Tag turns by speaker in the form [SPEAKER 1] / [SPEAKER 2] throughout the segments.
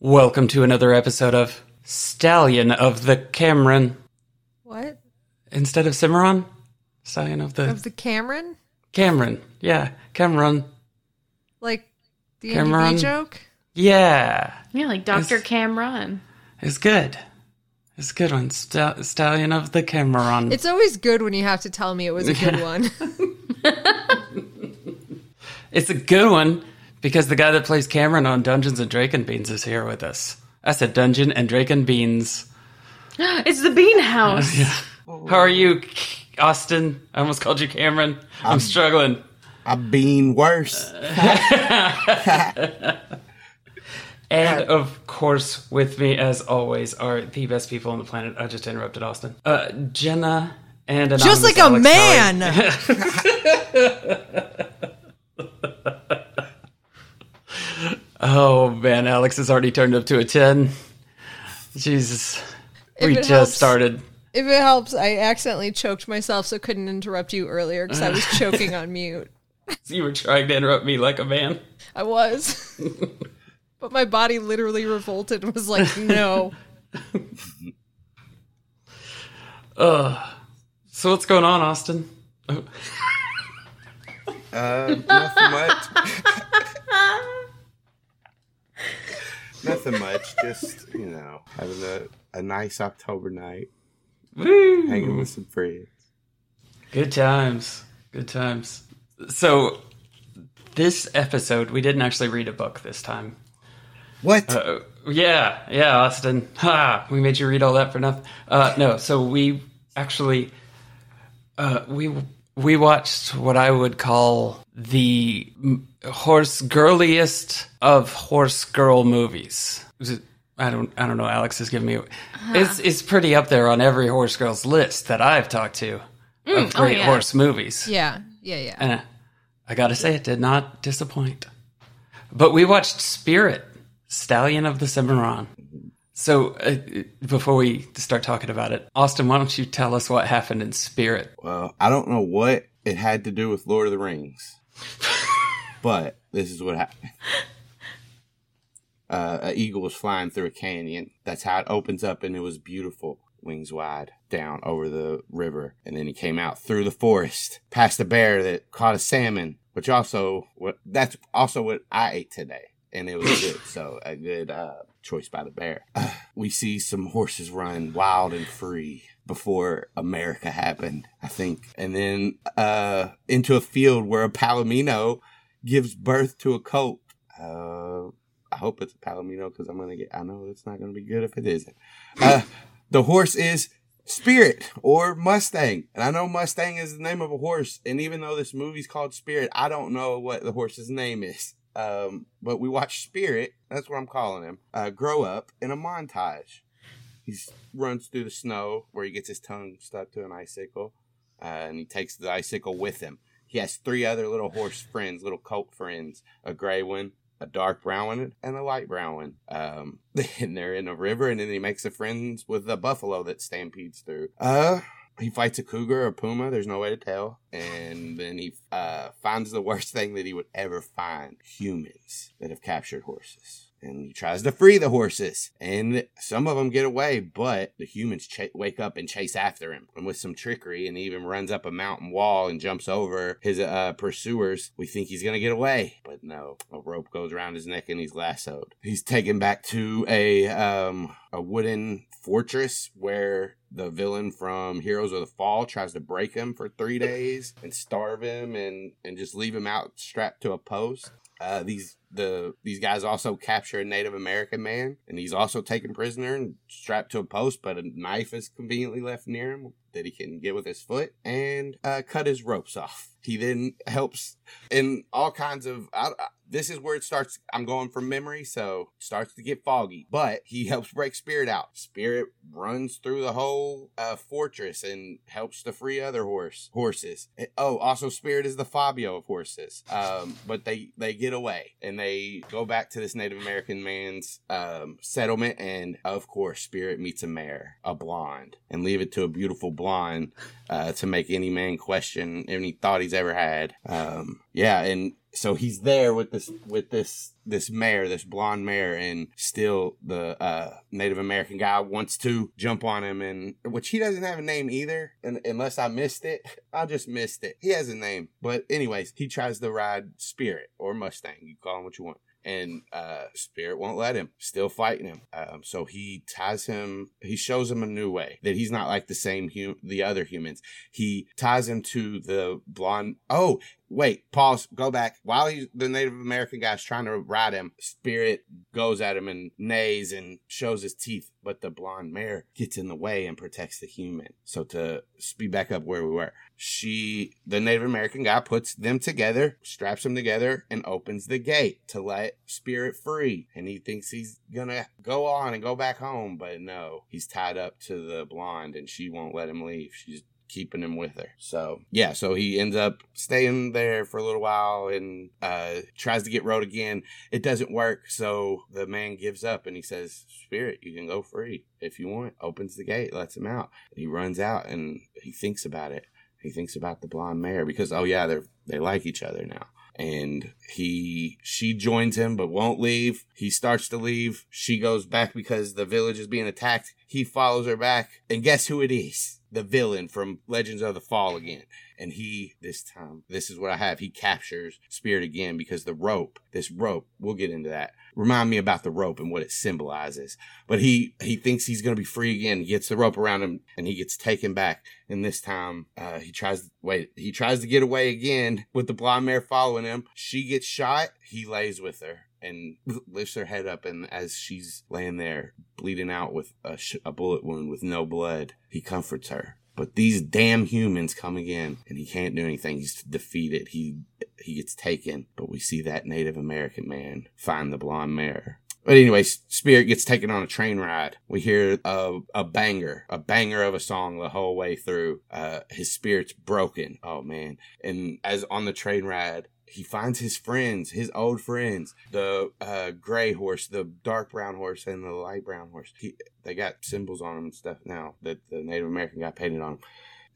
[SPEAKER 1] Welcome to another episode of Stallion of the Cameron.
[SPEAKER 2] What?
[SPEAKER 1] Instead of Cimarron? Stallion of the
[SPEAKER 2] Of the Cameron?
[SPEAKER 1] Cameron. Yeah, Cameron.
[SPEAKER 2] Like the
[SPEAKER 1] Cameron?
[SPEAKER 2] NDB joke?
[SPEAKER 1] Yeah,
[SPEAKER 3] Yeah, like Dr. Cameron.
[SPEAKER 1] it's good. It's a good one. Sta- Stallion of the Cameron.
[SPEAKER 2] It's always good when you have to tell me it was a good one.
[SPEAKER 1] It's a good one because the guy that plays Cameron on Dungeons and Draken Beans is here with us. I said Dungeon and Draken Beans.
[SPEAKER 3] It's the Bean House.
[SPEAKER 1] How are you, Austin? I almost called you Cameron. I'm, struggling.
[SPEAKER 4] I've been worse.
[SPEAKER 1] And of course, with me as always are the best people on the planet. I just interrupted Austin. Uh, Jenna and
[SPEAKER 2] Just
[SPEAKER 1] Anonymous
[SPEAKER 2] like a
[SPEAKER 1] Alex
[SPEAKER 2] man.
[SPEAKER 1] Kelly. Oh man, Alex has already turned up to a ten. Jesus, we
[SPEAKER 2] it
[SPEAKER 1] just
[SPEAKER 2] helps.
[SPEAKER 1] started.
[SPEAKER 2] if it helps, I accidentally choked myself so couldn't interrupt you earlier because I was choking on mute.
[SPEAKER 1] You were trying to interrupt me like a man.
[SPEAKER 2] I was. but my body literally revolted and was like, no.
[SPEAKER 1] So what's going on, Austin?
[SPEAKER 4] Uh, nothing much. nothing much. Just you know, having a, a nice October night,
[SPEAKER 1] Woo!
[SPEAKER 4] hanging with some friends.
[SPEAKER 1] Good times. Good times. So, this episode, we didn't actually read a book this time.
[SPEAKER 4] What?
[SPEAKER 1] Uh, yeah, yeah, Austin. Ha! We made you read all that for nothing. Uh, no, so we actually uh, we we watched what I would call the m- horse girliest of horse girl movies. Is it- I don't I don't know. Alex has given me it's it's pretty up there on every horse girl's list that I've talked to of great
[SPEAKER 3] yeah.
[SPEAKER 1] horse movies.
[SPEAKER 2] Yeah. Yeah. Yeah.
[SPEAKER 1] And Eh, I gotta say, it did not disappoint. But we watched Spirit, Stallion of the Cimarron. So uh, before we start talking about it, Austin, why don't you tell us what happened in Spirit?
[SPEAKER 4] Well, I don't know what it had to do with Lord of the Rings, but this is what happened. Uh, an eagle was flying through a canyon. That's how it opens up, and it was beautiful, wings wide, down over the river. And then he came out through the forest, past a bear that caught a salmon, which also what that's also what I ate today, and it was good. So a good uh, choice by the bear. we see some horses run wild and free before America happened, I think. And then uh, into a field where a palomino gives birth to a colt. Uh, I hope it's a palomino because I'm going to get, I know it's not going to be good if it isn't. Uh, the horse is Spirit or Mustang. And I know Mustang is the name of a horse. And even though this movie's called Spirit, I don't know what the horse's name is. Um, but we watch Spirit, that's what I'm calling him, uh, grow up in a montage. He s- runs through the snow where he gets his tongue stuck to an icicle. Uh, and he takes the icicle with him. He has three other little horse friends, little colt friends, a gray one, a dark brown one, and a light brown one. Um, and they're in a river, and then he makes a friends with a buffalo that stampedes through. Uh, he fights a cougar or a puma. There's no way to tell. And then he uh, finds the worst thing that he would ever find: humans that have captured horses. And he tries to free the horses, and some of them get away, but the humans cha- wake up and chase after him. And with some trickery, and he even runs up a mountain wall and jumps over his uh, pursuers. We think he's gonna get away, but no. A rope goes around his neck, and he's lassoed. He's taken back to a um a wooden fortress where the villain from Heroes of the Fall tries to break him for three days and starve him and and just leave him out strapped to a post. Uh, these the these guys also capture a Native American man, and he's also taken prisoner and strapped to a post, but a knife is conveniently left near him that he can get with his foot and uh, cut his ropes off. He then helps in all kinds of. I, I- this is where it starts. I'm going from memory, so it starts to get foggy. But he helps break Spirit out. Spirit runs through the whole uh, fortress and helps to free other horse horses. And- oh, also Spirit is the Fabio of horses. Um, but they they get away and they go back to this Native American man's um, settlement, and of course Spirit meets a mare, a blonde, and leave it to a beautiful blonde uh, to make any man question any thought he's ever had. Um, yeah, and so he's there with this with this this mayor, this blonde mayor, and still the uh, Native American guy wants to jump on him, and which he doesn't have a name either, and, unless I missed it. I just missed it. He has a name, but anyways, he tries to ride Spirit or Mustang. You call him what you want and uh, Spirit won't let him. Still fighting him. Um, so he ties him. He shows him a new way that he's not like the same hum- the other humans. He ties him to the blonde. Oh wait, pause. Go back. While he's the Native American guy's trying to ride him, Spirit goes at him and neighs and shows his teeth. But the blonde mare gets in the way and protects the human. So to speed back up where we were, she the Native American guy puts them together, straps them together, and opens the gate to let Spirit free. And he thinks he's gonna go on and go back home, but no, he's tied up to the blonde, and she won't let him leave. She's keeping him with her. So yeah, so he ends up staying there for a little while and uh tries to get Road again. It doesn't work, so the man gives up and he says, Spirit, you can go free if you want. Opens the gate, lets him out. He runs out and he thinks about it. He thinks about the blonde mare because oh yeah, they're they like each other now. And he she joins him but won't leave. He starts to leave. She goes back because the village is being attacked. He follows her back. And guess who it is? The villain from Legends of the Fall again. And he this time this is what I have. He captures Spirit again because the rope, this rope, we'll get into that. Remind me about the rope and what it symbolizes. But he he thinks he's gonna be free again. He gets the rope around him and he gets taken back. And this time, uh, he tries wait. He tries to get away again with the blonde mare following him. She gets shot. He lays with her and lifts her head up. And as she's laying there, bleeding out with a, sh- a bullet wound with no blood, he comforts her. But these damn humans come again, and he can't do anything. He's defeated. He he gets taken. But we see that Native American man find the blonde mare. But anyway, S- Spirit gets taken on a train ride. We hear a, a banger, a banger of a song the whole way through. Uh, his spirit's broken. Oh man! And as on the train ride, he finds his friends, his old friends, the uh, gray horse, the dark brown horse, and the light brown horse. He, they got symbols on them and stuff now that the Native American guy painted on them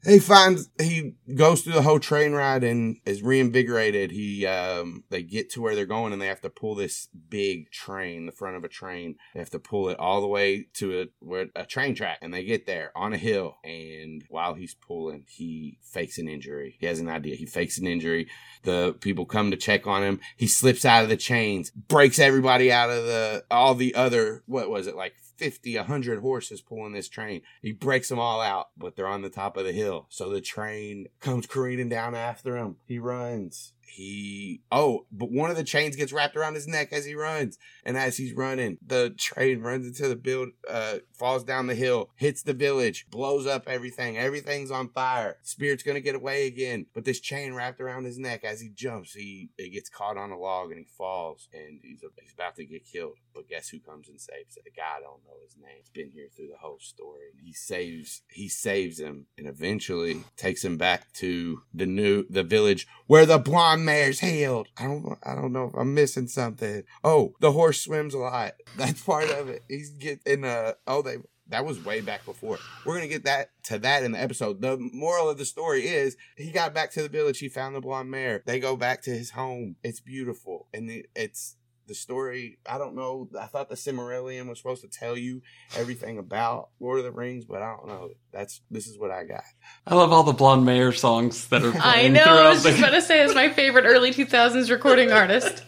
[SPEAKER 4] he finds he goes through the whole train ride and is reinvigorated he um they get to where they're going and they have to pull this big train the front of a train they have to pull it all the way to a where a train track and they get there on a hill and while he's pulling he fakes an injury he has an idea he fakes an injury the people come to check on him he slips out of the chains breaks everybody out of the all the other what was it like 50 100 horses pulling this train he breaks them all out but they're on the top of the hill so the train comes careening down after him he runs he oh but one of the chains gets wrapped around his neck as he runs and as he's running the train runs into the build uh falls down the hill hits the village blows up everything everything's on fire spirit's gonna get away again but this chain wrapped around his neck as he jumps he it gets caught on a log and he falls and he's, he's about to get killed but guess who comes and saves it the guy i don't know his name he's been here through the whole story and he saves he saves him and eventually takes him back to the new the village where the blonde mare's healed i don't i don't know if i'm missing something oh the horse swims a lot that's part of it he's getting uh oh they that was way back before. We're gonna get that to that in the episode. The moral of the story is he got back to the village. He found the blonde mare. They go back to his home. It's beautiful, and it, it's the story. I don't know. I thought the Cimmerillion was supposed to tell you everything about Lord of the Rings, but I don't know. That's this is what I got.
[SPEAKER 1] I love all the blonde mayor songs that are.
[SPEAKER 3] I
[SPEAKER 1] playing
[SPEAKER 3] know. I was
[SPEAKER 1] throughout
[SPEAKER 3] just
[SPEAKER 1] the-
[SPEAKER 3] about to say that's my favorite early 2000s recording artist.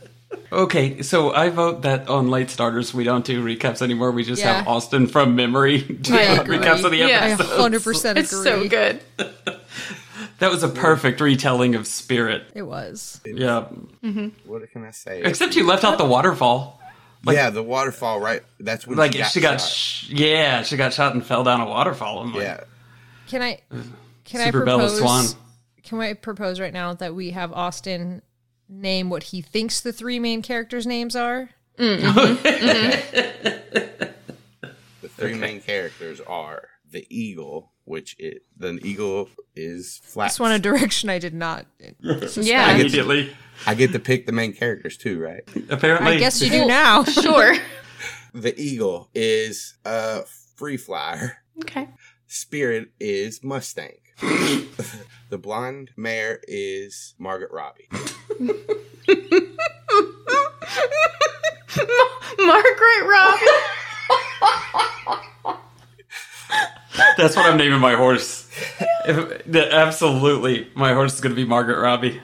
[SPEAKER 1] Okay, so I vote that on late starters we don't do recaps anymore. We just have
[SPEAKER 2] Yeah.
[SPEAKER 1] Austin from memory do
[SPEAKER 2] I agree.
[SPEAKER 1] recaps of the
[SPEAKER 3] Yeah.
[SPEAKER 2] I
[SPEAKER 1] episode.
[SPEAKER 2] 100% agree.
[SPEAKER 3] It's so good.
[SPEAKER 1] That was a perfect retelling of Spirit.
[SPEAKER 2] It was.
[SPEAKER 1] Yeah.
[SPEAKER 4] What can I say?
[SPEAKER 1] Except you left out the waterfall.
[SPEAKER 4] yeah, the waterfall. Right. That's when
[SPEAKER 1] Like
[SPEAKER 4] she got.
[SPEAKER 1] she got,
[SPEAKER 4] shot.
[SPEAKER 1] sh- yeah, she got shot and fell down a waterfall. I'm like,
[SPEAKER 4] yeah.
[SPEAKER 2] Can I? Can I
[SPEAKER 1] Super Bella
[SPEAKER 2] propose?
[SPEAKER 1] Swan.
[SPEAKER 2] Can I propose right now that we have Austin name what he thinks the three main characters' names are?
[SPEAKER 4] The three main characters are the eagle, which it the eagle is flat.
[SPEAKER 2] That's one a direction I did not.
[SPEAKER 3] Yeah,
[SPEAKER 1] Immediately,
[SPEAKER 4] I get to pick the main characters too, right?
[SPEAKER 1] apparently.
[SPEAKER 2] I guess you do now.
[SPEAKER 3] sure.
[SPEAKER 4] The eagle is a free flyer.
[SPEAKER 3] Okay.
[SPEAKER 4] Spirit is Mustang. the blonde mare is Margaret Robbie.
[SPEAKER 3] Ma- Margaret Robbie.
[SPEAKER 1] That's what I'm naming my horse. If, the- absolutely, my horse is going to be Margaret Robbie.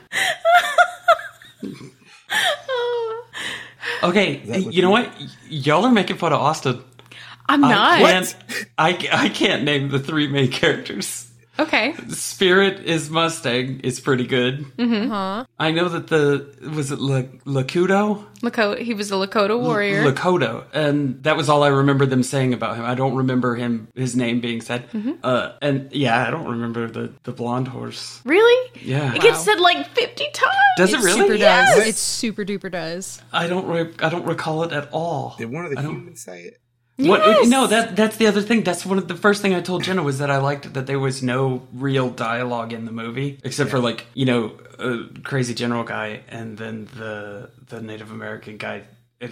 [SPEAKER 1] okay,
[SPEAKER 4] would
[SPEAKER 1] you know what? Y- Y'all are making fun of Austin.
[SPEAKER 3] I'm
[SPEAKER 1] I
[SPEAKER 3] not.
[SPEAKER 1] can't. I, I can't name the three main characters.
[SPEAKER 3] Okay.
[SPEAKER 1] Spirit is Mustang is pretty good. Mm-hmm.
[SPEAKER 4] Uh-huh.
[SPEAKER 1] I know that the was it La- Lakuto,
[SPEAKER 3] Lakota. He was a Lakota warrior.
[SPEAKER 1] Lakota, and that was all I remember them saying about him. I don't remember him his name being said. Uh, and yeah, I don't remember the the blonde horse.
[SPEAKER 3] really?
[SPEAKER 1] Yeah.
[SPEAKER 3] It gets said like 50 times.
[SPEAKER 1] Does it
[SPEAKER 2] It
[SPEAKER 1] really?
[SPEAKER 2] Super
[SPEAKER 3] Yes!
[SPEAKER 2] does. It super duper does.
[SPEAKER 1] I don't. Re- I don't recall it at all.
[SPEAKER 4] Did one of the
[SPEAKER 1] I don't-
[SPEAKER 4] humans say it?
[SPEAKER 1] What,
[SPEAKER 3] Yes!
[SPEAKER 1] no, that that's the other thing. That's one of the first thing I told Jenna was that I liked that there was no real dialogue in the movie, except for like you know, a crazy general guy and then the the Native American guy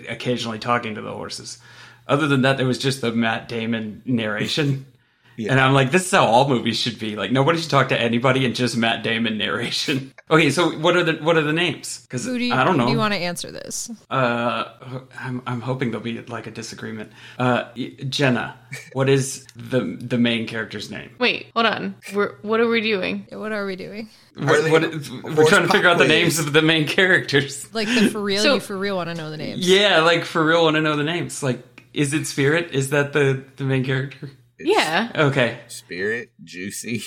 [SPEAKER 1] occasionally talking to the horses. Other than that, there was just the Matt Damon narration. And I'm like, this is how all movies should be. Like nobody should talk to anybody and just Matt Damon narration. Okay, so what are the what are the names? Because
[SPEAKER 2] Who do you,
[SPEAKER 1] I don't
[SPEAKER 2] who
[SPEAKER 1] know.
[SPEAKER 2] do you want to answer this?
[SPEAKER 1] Uh, I'm, I'm hoping there'll be like a disagreement. Uh, y- Jenna, what is the the main character's name?
[SPEAKER 3] Wait, hold on. We're, what are we doing?
[SPEAKER 2] What are we doing?
[SPEAKER 1] What,
[SPEAKER 4] they
[SPEAKER 1] what-
[SPEAKER 4] a
[SPEAKER 1] we're
[SPEAKER 4] horse
[SPEAKER 1] trying to figure out the names
[SPEAKER 4] populace?
[SPEAKER 1] of the main characters.
[SPEAKER 2] Like the for real,
[SPEAKER 3] So-
[SPEAKER 2] you for real want to know the names.
[SPEAKER 1] Yeah, like for real, want to know the names. Like, is it Spirit? Is that the the main character?
[SPEAKER 3] Yeah.
[SPEAKER 1] Okay,
[SPEAKER 4] Spirit, Juicy,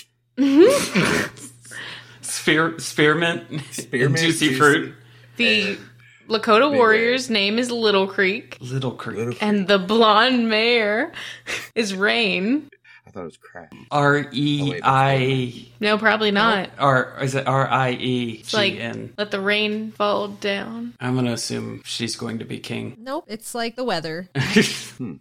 [SPEAKER 1] Spear Spearmint, and
[SPEAKER 4] Spearmint,
[SPEAKER 1] Juicy,
[SPEAKER 4] Juicy.
[SPEAKER 1] Fruit,
[SPEAKER 3] The Lakota warrior's name is Little Creek,
[SPEAKER 1] Little Creek.
[SPEAKER 4] Little.
[SPEAKER 3] and the blonde mare is Rain.
[SPEAKER 4] I thought it was Crash.
[SPEAKER 1] R E I
[SPEAKER 3] No, probably not.
[SPEAKER 1] R is it R I E
[SPEAKER 3] It's like,
[SPEAKER 1] G N?
[SPEAKER 3] let the rain fall down.
[SPEAKER 1] I'm gonna assume she's going to be king.
[SPEAKER 2] Nope. It's like the weather.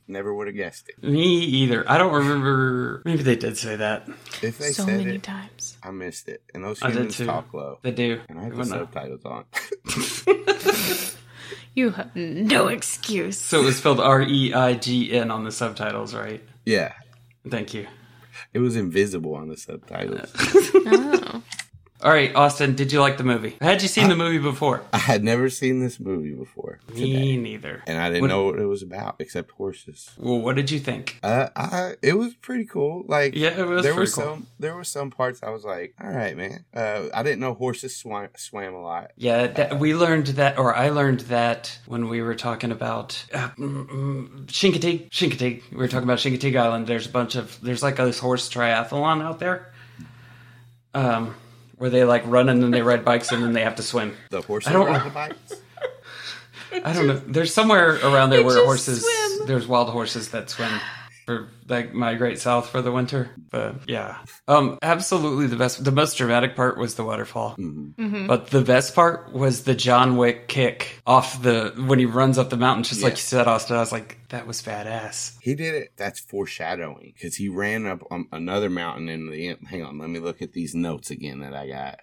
[SPEAKER 4] Never would have guessed it.
[SPEAKER 1] Me either. I don't remember. Maybe they did say that.
[SPEAKER 4] If they
[SPEAKER 3] so
[SPEAKER 4] said
[SPEAKER 3] many
[SPEAKER 4] it,
[SPEAKER 3] times.
[SPEAKER 4] I missed it. And those
[SPEAKER 1] I did
[SPEAKER 4] humans
[SPEAKER 1] Oh, too.
[SPEAKER 4] talk low.
[SPEAKER 1] They do.
[SPEAKER 4] And I have the
[SPEAKER 1] Wouldn't I?
[SPEAKER 4] subtitles on.
[SPEAKER 3] You have no excuse.
[SPEAKER 1] So it was spelled R E I G N on the subtitles, right?
[SPEAKER 4] yeah.
[SPEAKER 1] Thank you.
[SPEAKER 4] It was invisible on the subtitles.
[SPEAKER 3] Oh.
[SPEAKER 1] All right, Austin, did you like the movie? Had you seen the movie before?
[SPEAKER 4] I had never seen this movie before.
[SPEAKER 1] Me neither.
[SPEAKER 4] And I didn't
[SPEAKER 1] What-
[SPEAKER 4] know what it was about except horses.
[SPEAKER 1] Well, what did you think?
[SPEAKER 4] Uh, I, it was pretty cool. Like
[SPEAKER 1] Yeah, it was
[SPEAKER 4] there were
[SPEAKER 1] pretty cool.
[SPEAKER 4] some there were some parts I was like, all right, man. Uh, I didn't know horses swam, swam a lot.
[SPEAKER 1] Yeah, that, we learned that, or I learned that when we were talking about uh, mm, mm, Chincoteague. Chincoteague. We were talking about Chincoteague Island. There's a bunch of there's like this horse triathlon out there, um, where they like run and then they ride bikes and then they have to swim.
[SPEAKER 4] The horses
[SPEAKER 1] I don't-
[SPEAKER 4] ride the bikes.
[SPEAKER 1] I don't know. There's somewhere around there where
[SPEAKER 3] just
[SPEAKER 1] horses,
[SPEAKER 3] swim.
[SPEAKER 1] there's wild horses that swim for like migrate south for the winter. But yeah, um, absolutely the best. The most dramatic part was the waterfall,
[SPEAKER 3] Mm-hmm.
[SPEAKER 1] but the best part was the John Wick kick off the when he runs up the mountain, just like
[SPEAKER 4] Yeah.
[SPEAKER 1] you said, Austin. I was like, that was badass.
[SPEAKER 4] He did it. That's foreshadowing because he ran up um, another mountain in the end. Hang on, let me look at these notes again that I got.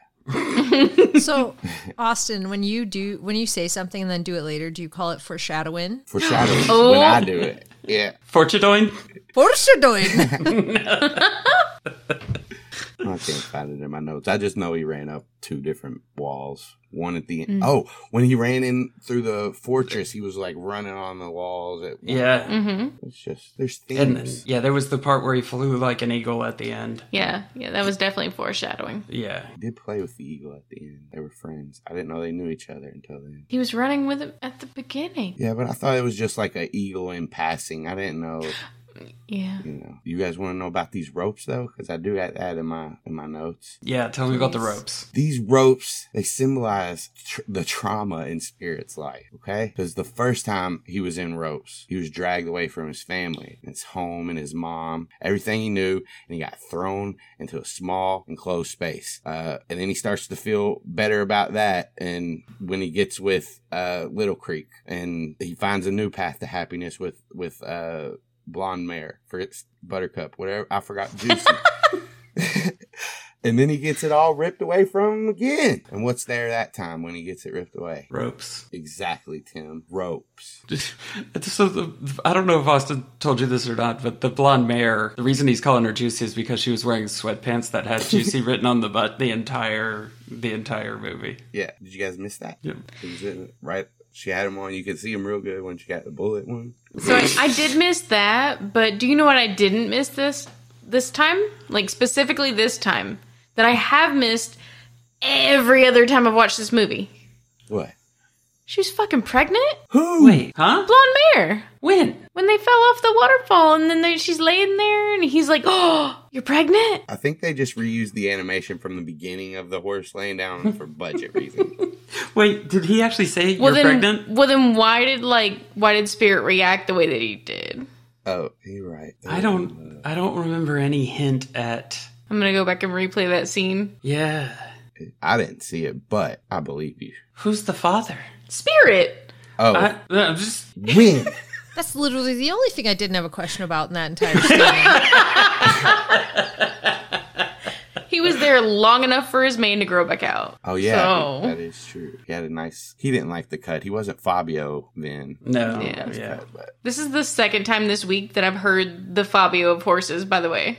[SPEAKER 2] So, Austin, when you do when you say something and then do it later, do you call it foreshadowing?
[SPEAKER 4] Foreshadowing when I do it.
[SPEAKER 1] Oh.
[SPEAKER 4] Yeah.
[SPEAKER 1] Fortudoin.
[SPEAKER 2] Foreshadowing.
[SPEAKER 4] I can't find it in my notes. I just know he ran up two different walls. One at the end. Oh, when he ran in through the fortress, he was like running on the walls. At one-
[SPEAKER 1] Yeah.
[SPEAKER 3] Mm-hmm.
[SPEAKER 4] It's just there's
[SPEAKER 1] And
[SPEAKER 4] themes.
[SPEAKER 1] yeah, there was the part where he flew like an eagle at the end.
[SPEAKER 3] Yeah, yeah, that was definitely foreshadowing.
[SPEAKER 1] Yeah.
[SPEAKER 4] He did play with the eagle at the end. They were friends. I didn't know they knew each other until then.
[SPEAKER 3] He was running with him at the beginning.
[SPEAKER 4] Yeah, but I thought it was just like an eagle in passing. I didn't know.
[SPEAKER 3] Yeah.
[SPEAKER 4] You know, you guys want to know about these ropes though, because I do have that in my in my notes.
[SPEAKER 1] Yeah, tell me about the
[SPEAKER 3] Please.
[SPEAKER 1] ropes.
[SPEAKER 4] These ropes they symbolize tr- the trauma in Spirit's life. Okay, because the first time he was in ropes, he was dragged away from his family, his home, and his mom, everything he knew, and he got thrown into a small enclosed space. Uh, and then he starts to feel better about that, and when he gets with uh, Little Creek, and he finds a new path to happiness with with uh, blonde mare, Fritz Buttercup, whatever. I forgot Juicy. and then he gets it all ripped away from him again. And what's there that time when he gets it ripped away?
[SPEAKER 1] Ropes.
[SPEAKER 4] Exactly, Tim. Ropes.
[SPEAKER 1] So the, I don't know if Austin told you this or not, but the blonde mayor, the reason he's calling her Juicy is because she was wearing sweatpants that had Juicy written on the butt the entire the entire movie.
[SPEAKER 4] Yeah. Did you guys miss that?
[SPEAKER 1] Yeah.
[SPEAKER 4] It was in- right. She had him on. You could see him real good when she got the bullet one.
[SPEAKER 3] So I, I did miss that, but do you know what I didn't miss this this time? Like specifically this time that I have missed every other time I've watched this movie.
[SPEAKER 4] What?
[SPEAKER 3] She was fucking pregnant.
[SPEAKER 4] Who?
[SPEAKER 1] Wait, huh?
[SPEAKER 3] Blonde mare.
[SPEAKER 1] When?
[SPEAKER 3] When they fell off the waterfall, and then they, she's laying there, and he's like, "Oh, you're pregnant."
[SPEAKER 4] I think they just reused the animation from the beginning of the horse laying down for budget reasons.
[SPEAKER 1] Wait, did he actually say
[SPEAKER 3] Well
[SPEAKER 1] you're
[SPEAKER 3] then,
[SPEAKER 1] pregnant?
[SPEAKER 3] well then, why did like why did Spirit react the way that he did?
[SPEAKER 4] oh, you're right.
[SPEAKER 1] I don't I don't remember any hint at
[SPEAKER 3] I'm gonna go back and replay that scene.
[SPEAKER 1] Yeah.
[SPEAKER 4] I didn't see it, but I believe you.
[SPEAKER 1] Who's the father?
[SPEAKER 3] Spirit.
[SPEAKER 4] Oh,
[SPEAKER 1] I, I'm just
[SPEAKER 4] when?
[SPEAKER 2] That's literally the only thing I didn't have a question about in that entire scene.
[SPEAKER 3] He was there long enough for his mane to grow back out.
[SPEAKER 4] Oh yeah,
[SPEAKER 3] So-
[SPEAKER 4] that is true. He had a nice. He didn't like the cut. He wasn't Fabio then.
[SPEAKER 1] No.
[SPEAKER 3] Yeah.
[SPEAKER 1] Yeah.
[SPEAKER 4] Nice cut, but
[SPEAKER 3] This is the second time this week that I've heard the Fabio of horses. By the way,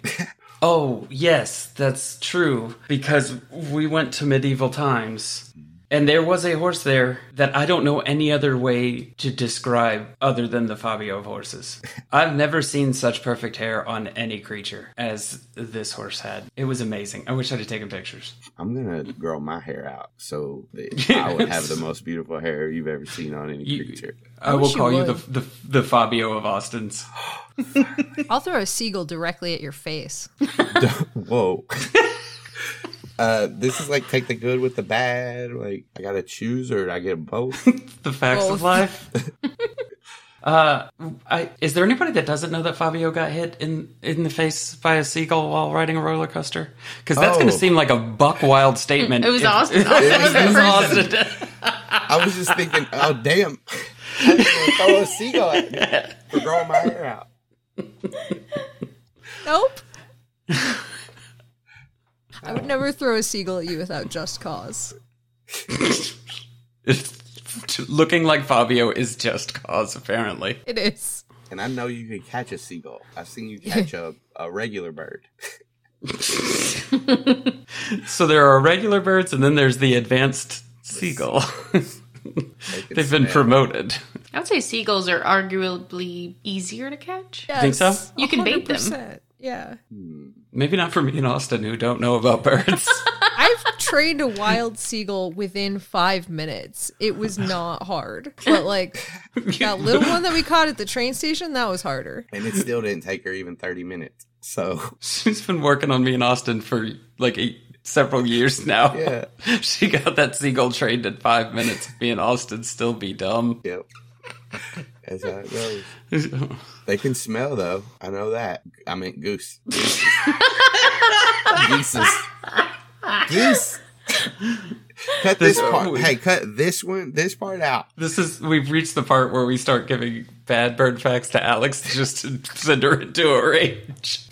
[SPEAKER 1] Oh, yes, that's true. Because we went to medieval times. And there was a horse there that I don't know any other way to describe other than the Fabio of horses. I've never seen such perfect hair on any creature as this horse had. It was amazing. I wish I'd have taken pictures.
[SPEAKER 4] I'm gonna grow my hair out so that I would have the most beautiful hair you've ever seen on any
[SPEAKER 1] You-
[SPEAKER 4] creature.
[SPEAKER 1] I, will
[SPEAKER 2] wish you
[SPEAKER 1] call you
[SPEAKER 2] would.
[SPEAKER 1] the, the the Fabio of Austin's.
[SPEAKER 2] I'll throw a seagull directly at your face.
[SPEAKER 4] Whoa. Uh, this is like take the good with the bad. Like I gotta choose, or I get both.
[SPEAKER 1] The facts of
[SPEAKER 2] Both.
[SPEAKER 1] life. uh, I, is there anybody that doesn't know that Fabio got hit in in the face by a seagull while riding a roller coaster? Because that's going
[SPEAKER 4] Oh.
[SPEAKER 1] to seem like a buck wild statement.
[SPEAKER 3] It was
[SPEAKER 1] if-
[SPEAKER 3] Austin. Austin was the
[SPEAKER 1] It was
[SPEAKER 3] person.
[SPEAKER 1] Austin.
[SPEAKER 4] I was just thinking, oh damn, I was gonna throw a seagull at me for growing my hair out.
[SPEAKER 2] Nope. I would never throw a seagull at you without just cause.
[SPEAKER 1] Looking like Fabio is just cause, apparently.
[SPEAKER 2] It is.
[SPEAKER 4] And I know you can catch a seagull. I've seen you catch a, a regular bird.
[SPEAKER 1] So there are regular birds, and then there's the advanced seagull.
[SPEAKER 4] can
[SPEAKER 1] They've been
[SPEAKER 4] smell.
[SPEAKER 1] promoted.
[SPEAKER 3] I would say seagulls are arguably easier to catch.
[SPEAKER 2] Yes,
[SPEAKER 1] think so?
[SPEAKER 3] You can bait them.
[SPEAKER 2] 100%. Yeah.
[SPEAKER 1] Maybe not for me and Austin, who don't know about birds.
[SPEAKER 2] I've trained a wild seagull within five minutes. It was not hard. But like that little one that we caught at the train station, that was harder.
[SPEAKER 4] and it still didn't take her even 30 minutes. So,
[SPEAKER 1] She's been working on me in Austin for like eight, several years now.
[SPEAKER 4] Yeah.
[SPEAKER 1] she got that seagull trained in five minutes. Me and Austin still be dumb.
[SPEAKER 4] yep. That's how it goes.
[SPEAKER 1] Goose
[SPEAKER 4] They can smell, though. I know that. I meant goose. Geese. Geese. cut this
[SPEAKER 1] This-
[SPEAKER 4] part. Hey, cut this one, this part out.
[SPEAKER 1] This is we've reached the part where we start giving bad bird facts to Alex just to send her into a rage.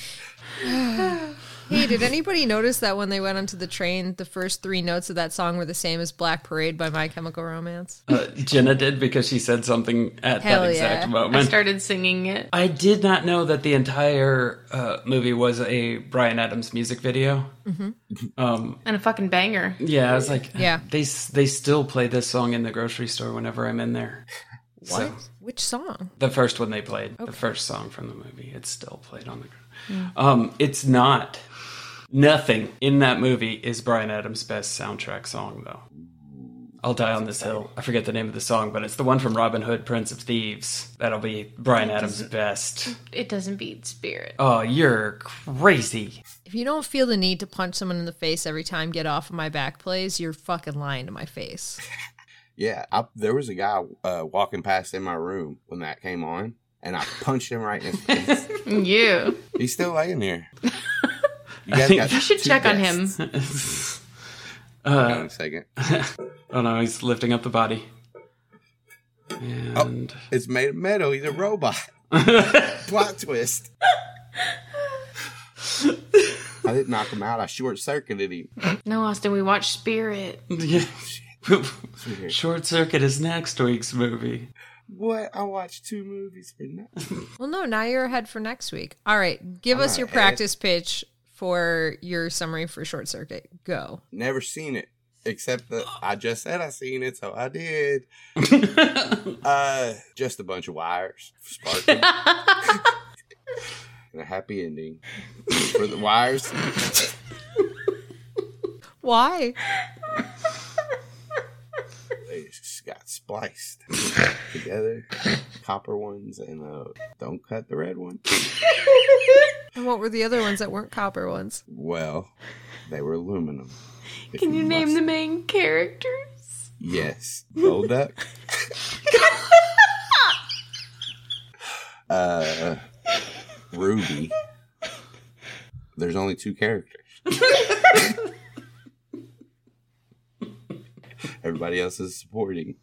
[SPEAKER 2] Hey, did anybody notice that when they went onto the train, the first three notes of that song were the same as Black Parade by My Chemical Romance?
[SPEAKER 1] Uh, Jenna did because she said something at
[SPEAKER 2] Hell
[SPEAKER 1] that exact
[SPEAKER 2] yeah.
[SPEAKER 1] moment.
[SPEAKER 3] I started singing it.
[SPEAKER 1] I did not know that the entire uh, movie was a Brian Adams music video.
[SPEAKER 3] And a fucking banger.
[SPEAKER 1] Yeah, I was like,
[SPEAKER 2] Yeah.
[SPEAKER 1] they s- they still play this song in the grocery store whenever I'm in there.
[SPEAKER 2] What? Which song?
[SPEAKER 1] The first one they played, the first song from the movie, it's still played on the. Um, it's not. Nothing in that movie is Brian Adams' best soundtrack song, though. I'll die on this hill. I forget the name of the song, but it's the one from Robin Hood, Prince of Thieves. That'll be Brian Adams' best.
[SPEAKER 3] It doesn't beat spirit.
[SPEAKER 1] Oh, you're crazy.
[SPEAKER 2] If you don't feel the need to punch someone in the face every time get off of my back plays, you're fucking lying to my face.
[SPEAKER 4] Yeah, I, there was a guy uh, walking past in my room when that came on, and I punched him right in his face.
[SPEAKER 3] You.
[SPEAKER 4] He's still laying there. You
[SPEAKER 1] I think
[SPEAKER 3] You should check on him.
[SPEAKER 4] Hang on a second.
[SPEAKER 1] Oh no, he's lifting up the body. And
[SPEAKER 4] It's made of metal. He's a robot. Plot twist. I didn't knock him out. I short circuited him.
[SPEAKER 3] No, Austin, we watched Spirit.
[SPEAKER 1] yeah. Short Circuit is next week's movie.
[SPEAKER 4] What? I watched two movies for nothing.
[SPEAKER 2] well, no, now you're ahead for next week. All right, give us your
[SPEAKER 4] Alright.
[SPEAKER 2] practice pitch for your summary for Short Circuit. Go.
[SPEAKER 4] Never seen it, except that I just said I seen it, so I did. uh, just a bunch of wires sparking. and a happy ending for the wires.
[SPEAKER 2] Why?
[SPEAKER 4] they just got spliced together. Copper ones and uh, don't cut the red one.
[SPEAKER 2] And what were the other ones that weren't copper ones?
[SPEAKER 4] Well, they were aluminum. If
[SPEAKER 3] Can you name
[SPEAKER 4] must-
[SPEAKER 3] the main characters?
[SPEAKER 4] Yes, gold duck. uh, Ruby. There's only two characters. Everybody else is supporting.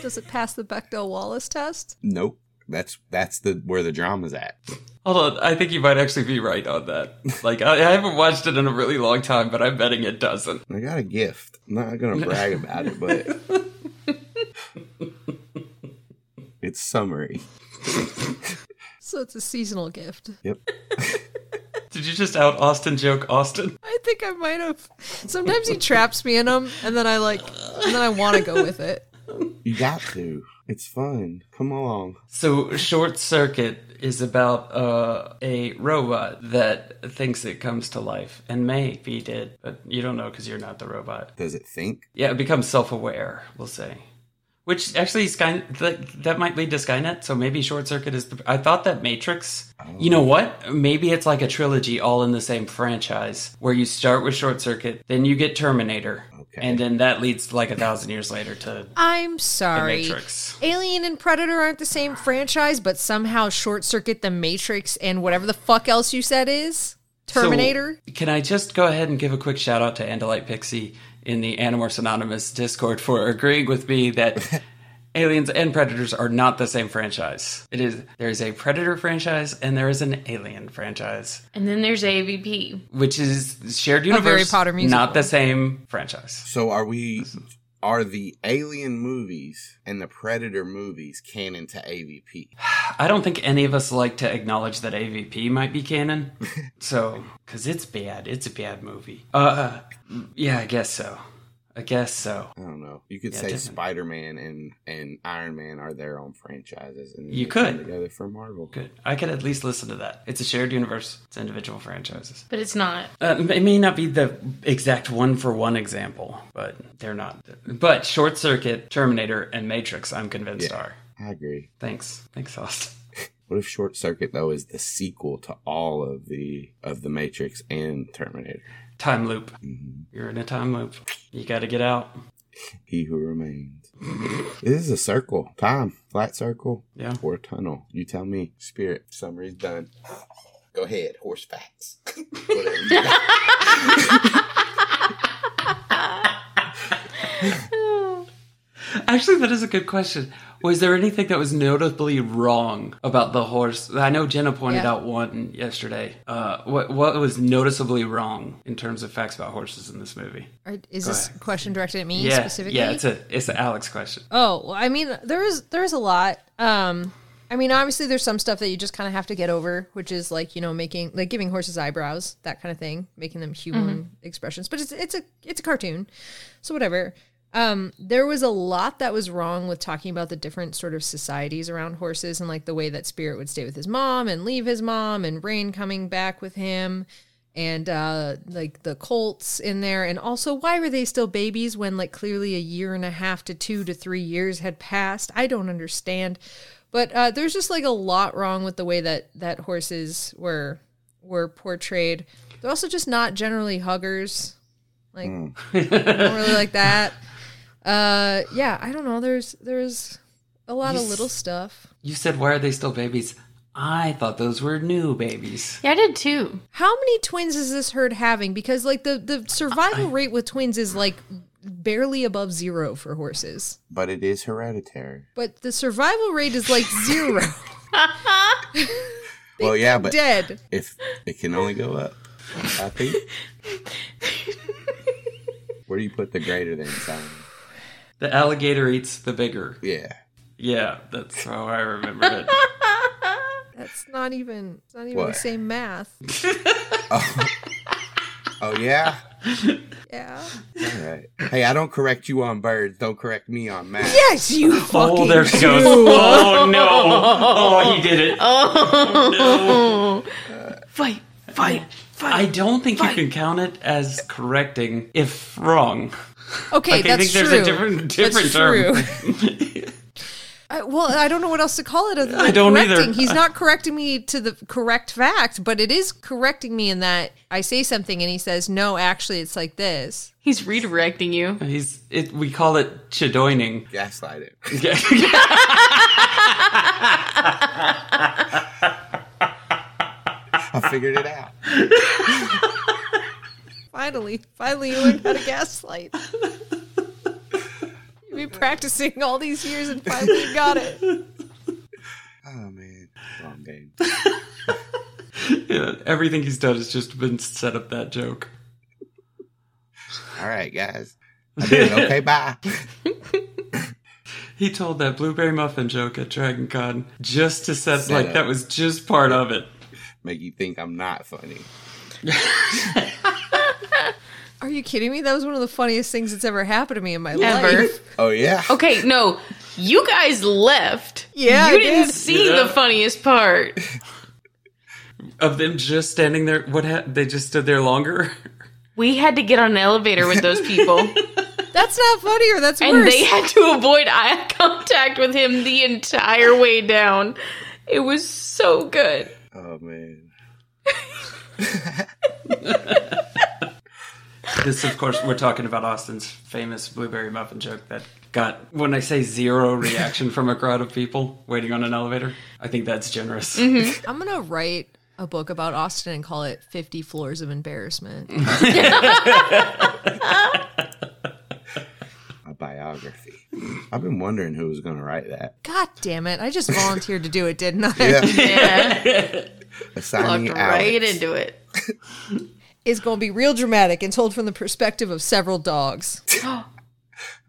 [SPEAKER 2] Does it pass the Bechdel Wallace test?
[SPEAKER 4] Nope. That's that's the where the drama's at.
[SPEAKER 1] Hold on, I think you might actually be right on that. Like, I, I haven't watched it in a really long time, but I'm betting it doesn't.
[SPEAKER 4] I got a gift. I'm not gonna brag about it, but it's summary.
[SPEAKER 2] So it's a seasonal gift.
[SPEAKER 4] Yep.
[SPEAKER 1] Did you just out Austin joke Austin?
[SPEAKER 2] I think I might have. Sometimes he traps me in them, and then I like, and then I want to go with it.
[SPEAKER 4] You got to. It's fun. Come along.
[SPEAKER 1] So, Short Circuit is about uh, a robot that thinks it comes to life and may be dead, but you don't know because you're not the robot.
[SPEAKER 4] Does it think?
[SPEAKER 1] Yeah, it becomes self-aware. We'll say, which actually Sky that, that might lead to Skynet. So maybe Short Circuit is. The, I thought that Matrix. You know what? Maybe it's like a trilogy all in the same franchise, where you start with Short Circuit, then you get Terminator,
[SPEAKER 4] Okay.
[SPEAKER 1] and then that leads like a thousand years later to
[SPEAKER 2] I'm sorry.
[SPEAKER 1] Matrix.
[SPEAKER 2] Alien and Predator aren't the same franchise, but somehow Short Circuit, The Matrix, and whatever the fuck else you said is Terminator.
[SPEAKER 1] So, can I just go ahead and give a quick shout out to Andalite Pixie in the Animorphs Anonymous Discord for agreeing with me that aliens and predators are not the same franchise. It is there is a predator franchise and there is an alien franchise,
[SPEAKER 3] And then there's AVP.
[SPEAKER 1] which is shared universe,
[SPEAKER 2] Harry Potter musical.
[SPEAKER 1] not the same franchise.
[SPEAKER 4] So are we? Are the Alien movies and the Predator movies canon to AVP?
[SPEAKER 1] I don't think any of us like to acknowledge that AVP might be canon, so because it's bad, it's a bad movie. Uh, yeah, I guess so. I guess so.
[SPEAKER 4] I don't know. You could
[SPEAKER 1] Yeah,
[SPEAKER 4] say
[SPEAKER 1] definitely.
[SPEAKER 4] Spider Man and and Iron Man are their own franchises, and
[SPEAKER 1] You
[SPEAKER 4] they come
[SPEAKER 1] could.
[SPEAKER 4] together for Marvel.
[SPEAKER 1] Good. I could at least listen to that. It's a shared universe. It's individual franchises.
[SPEAKER 3] But it's not.
[SPEAKER 1] Uh, it may not be the exact one for one example, but they're not. But Short Circuit, Terminator, and Matrix, I'm convinced
[SPEAKER 4] Yeah.
[SPEAKER 1] are.
[SPEAKER 4] I agree.
[SPEAKER 1] Thanks. Thanks, Austin.
[SPEAKER 4] What if Short Circuit though is the sequel to all of the of the Matrix and Terminator?
[SPEAKER 1] Time loop. You're in a time loop. You got to get out.
[SPEAKER 4] He who remains. this is a circle. Time. Flat circle.
[SPEAKER 1] Yeah.
[SPEAKER 4] Or tunnel. You tell me. Spirit. Summary's done. Go ahead. Horse facts. Whatever you got.
[SPEAKER 1] Actually, that is a good question. Was there anything that was notably wrong about the horse? I know Jenna pointed
[SPEAKER 2] Yeah.
[SPEAKER 1] out one yesterday. Uh, what what was noticeably wrong in terms of facts about horses in this movie?
[SPEAKER 2] Or is this question directed at me
[SPEAKER 1] Yeah,
[SPEAKER 2] specifically?
[SPEAKER 1] yeah, it's a it's an Alex question.
[SPEAKER 2] Oh, well, I mean, there is there is a lot. Um, I mean, obviously, there's some stuff that you just kind of have to get over, which is like you know making like giving horses eyebrows, that kind of thing, making them human expressions. But it's it's a it's a cartoon, so whatever. Um, there was a lot that was wrong with talking about the different sort of societies around horses and like the way that Spirit would stay with his mom and leave his mom and Rain coming back with him and uh, like the colts in there. And also, why were they still babies when like clearly a year and a half to two to three years had passed? I don't understand. But uh, there's just like a lot wrong with the way that that horses were were portrayed. They're also just not generally huggers. Like, I don't really like that. Uh, yeah, I don't know. There's there's a lot of
[SPEAKER 1] Yes.
[SPEAKER 2] little stuff.
[SPEAKER 1] You said, why are they still babies? I thought those were new babies.
[SPEAKER 3] Yeah, I did too.
[SPEAKER 2] How many twins is this herd having? Because like the the survival rate with twins is like barely above zero for horses,
[SPEAKER 4] But it is hereditary.
[SPEAKER 2] but the survival rate is like zero.
[SPEAKER 4] well, yeah, but
[SPEAKER 2] Dead.
[SPEAKER 4] if it can only go up, I think. Where do you put the greater than sign?
[SPEAKER 1] The alligator eats the bigger.
[SPEAKER 4] Yeah.
[SPEAKER 1] Yeah, that's how I remembered it.
[SPEAKER 2] That's not even it's not even the
[SPEAKER 4] What?
[SPEAKER 2] same math.
[SPEAKER 4] Oh yeah.
[SPEAKER 2] Yeah.
[SPEAKER 4] All right. Hey, I don't correct you on birds. Don't correct me on math.
[SPEAKER 2] Yes, you fucking.
[SPEAKER 1] Oh, there she goes. Oh, no. Oh, he did it.
[SPEAKER 3] Fight, fight, fight.
[SPEAKER 1] I don't think you can count it as correcting if wrong.
[SPEAKER 2] Okay,
[SPEAKER 1] Like, I think
[SPEAKER 2] that's
[SPEAKER 1] there's
[SPEAKER 2] true.
[SPEAKER 1] a different different
[SPEAKER 2] That's
[SPEAKER 1] term.
[SPEAKER 2] true. I, well, I don't know what else to call it. Other than
[SPEAKER 1] I don't either.
[SPEAKER 2] correcting. He's not correcting me to the correct fact, but it is correcting me in that I say something and he says, "No, actually, it's like this."
[SPEAKER 3] He's redirecting you.
[SPEAKER 1] He's it. We call it chadoining.
[SPEAKER 4] Gaslight it. I figured it out.
[SPEAKER 2] Finally, finally, you learned how to gaslight. You've been practicing all these years, and finally, you got it.
[SPEAKER 4] Oh man. Long game.
[SPEAKER 1] Yeah, everything he's done has just been set up that joke.
[SPEAKER 4] All right, guys. I did. it. Okay, bye.
[SPEAKER 1] He told that blueberry muffin joke at Dragon Con just to set,
[SPEAKER 4] Set
[SPEAKER 1] like
[SPEAKER 4] up.
[SPEAKER 1] that was just part of it.
[SPEAKER 4] Make you think I'm not funny.
[SPEAKER 2] Are you kidding me? That was one of the funniest things that's ever happened to me in my
[SPEAKER 3] Ever.
[SPEAKER 2] life.
[SPEAKER 4] Oh yeah.
[SPEAKER 3] Okay, no. You guys left.
[SPEAKER 2] Yeah,
[SPEAKER 3] You
[SPEAKER 2] I
[SPEAKER 3] didn't
[SPEAKER 2] did.
[SPEAKER 3] see
[SPEAKER 1] Yeah.
[SPEAKER 3] the funniest part.
[SPEAKER 1] Of them just standing there, what ha- they just stood there longer.
[SPEAKER 3] We had to get on an elevator with those people.
[SPEAKER 2] That's not funny, or that's
[SPEAKER 3] and
[SPEAKER 2] worse.
[SPEAKER 3] they had to avoid eye contact with him the entire way down. It was so good.
[SPEAKER 4] Oh man.
[SPEAKER 1] This, of course, we're talking about Austin's famous blueberry muffin joke that got, when I say zero reaction from a crowd of people waiting on an elevator, I think that's generous.
[SPEAKER 2] I'm gonna write a book about Austin and call it 50 Floors of Embarrassment.
[SPEAKER 4] A biography. I've been wondering who was gonna write that.
[SPEAKER 2] God damn it. I just volunteered to do it, didn't I?
[SPEAKER 4] Yeah.
[SPEAKER 3] Yeah.
[SPEAKER 4] Assigning
[SPEAKER 3] Walked
[SPEAKER 4] Alex.
[SPEAKER 3] right into it.
[SPEAKER 2] It's gonna be real dramatic and told from the perspective of several dogs.
[SPEAKER 1] Yeah,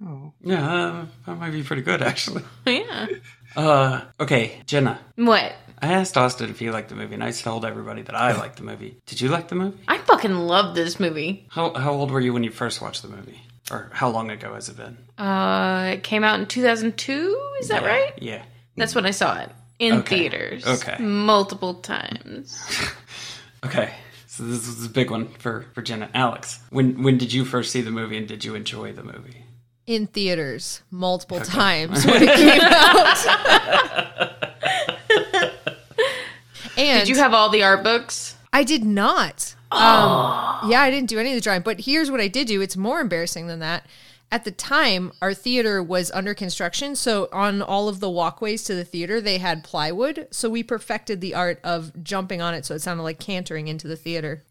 [SPEAKER 1] uh, that might be pretty good, actually.
[SPEAKER 3] Yeah.
[SPEAKER 1] Uh, okay, Jenna.
[SPEAKER 3] What?
[SPEAKER 1] I asked Austin if he liked the movie, and I told everybody that I liked the movie. Did you like the movie?
[SPEAKER 3] I fucking love this movie.
[SPEAKER 1] How how old were you when you first watched the movie, or how long ago has it been?
[SPEAKER 3] Uh, it came out in 2002. Is that right?
[SPEAKER 1] Yeah.
[SPEAKER 3] That's when I saw it in
[SPEAKER 1] Okay.
[SPEAKER 3] theaters.
[SPEAKER 1] Okay.
[SPEAKER 3] Multiple times.
[SPEAKER 1] Okay. So this is a big one for for Jenna. Alex, when when did you first see the movie, and did you enjoy the movie?
[SPEAKER 2] In theaters multiple times when it came out. and
[SPEAKER 3] Did you have all the art books?
[SPEAKER 2] I did not. Um, yeah, I didn't do any of the drawing. But here's what I did do. It's more embarrassing than that. At the time, our theater was under construction. So on all of the walkways to the theater, they had plywood. So we perfected the art of jumping on it. So it sounded like cantering into the theater.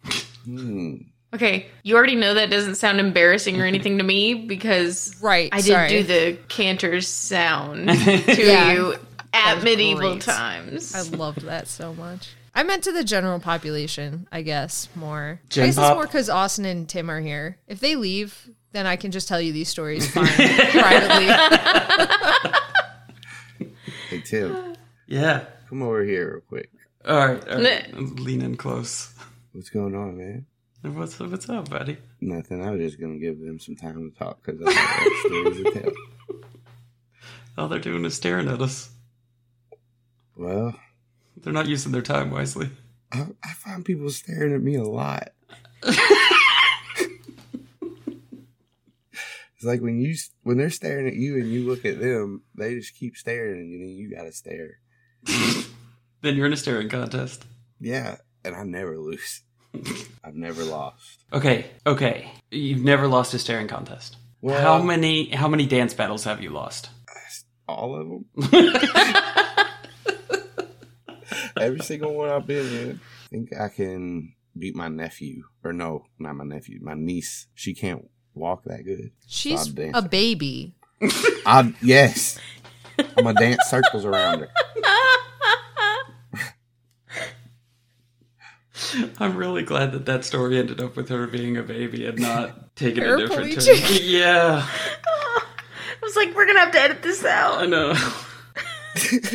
[SPEAKER 3] Okay, you already know that doesn't sound embarrassing or anything to me because
[SPEAKER 2] Right,
[SPEAKER 3] I did
[SPEAKER 2] sorry.
[SPEAKER 3] do the cantor sound to
[SPEAKER 2] Yeah.
[SPEAKER 3] you at medieval
[SPEAKER 2] great.
[SPEAKER 3] times.
[SPEAKER 2] I loved that so much. I meant to the general population, I guess, more.
[SPEAKER 1] Gen
[SPEAKER 2] I guess
[SPEAKER 1] pop?
[SPEAKER 2] it's more because Austin and Tim are here. If they leave, then I can just tell you these stories fine, privately.
[SPEAKER 4] Hey Tim,
[SPEAKER 1] Yeah.
[SPEAKER 4] come over here real quick.
[SPEAKER 1] All right. All right. Lean in close.
[SPEAKER 4] What's going on, man?
[SPEAKER 1] What's what's up, buddy?
[SPEAKER 4] Nothing. I was just gonna give them some time to talk because I have stories to tell.
[SPEAKER 1] All they're doing is staring at us.
[SPEAKER 4] Well,
[SPEAKER 1] They're not using their time wisely.
[SPEAKER 4] I, I find people staring at me a lot. It's like when you when they're staring at you and you look at them, they just keep staring and then you gotta stare.
[SPEAKER 1] Then you're in a staring contest.
[SPEAKER 4] Yeah, and I never lose. I've never lost.
[SPEAKER 1] Okay, okay. You've never lost a staring contest.
[SPEAKER 4] Well-
[SPEAKER 1] how many how many dance battles have you lost?
[SPEAKER 4] All of them. Every single one I've been in. I think I can beat my nephew. Or no, not my nephew. My niece. She can't walk that good.
[SPEAKER 2] She's
[SPEAKER 4] Bob Dancer.
[SPEAKER 2] a baby.
[SPEAKER 4] I yes. I'm gonna dance circles around her.
[SPEAKER 1] I'm really glad that that story ended up with her being a baby and not taking a different turn.
[SPEAKER 2] Paraplegic.
[SPEAKER 1] Yeah,
[SPEAKER 3] I was like, we're gonna have to edit this
[SPEAKER 1] I
[SPEAKER 3] out.
[SPEAKER 1] know.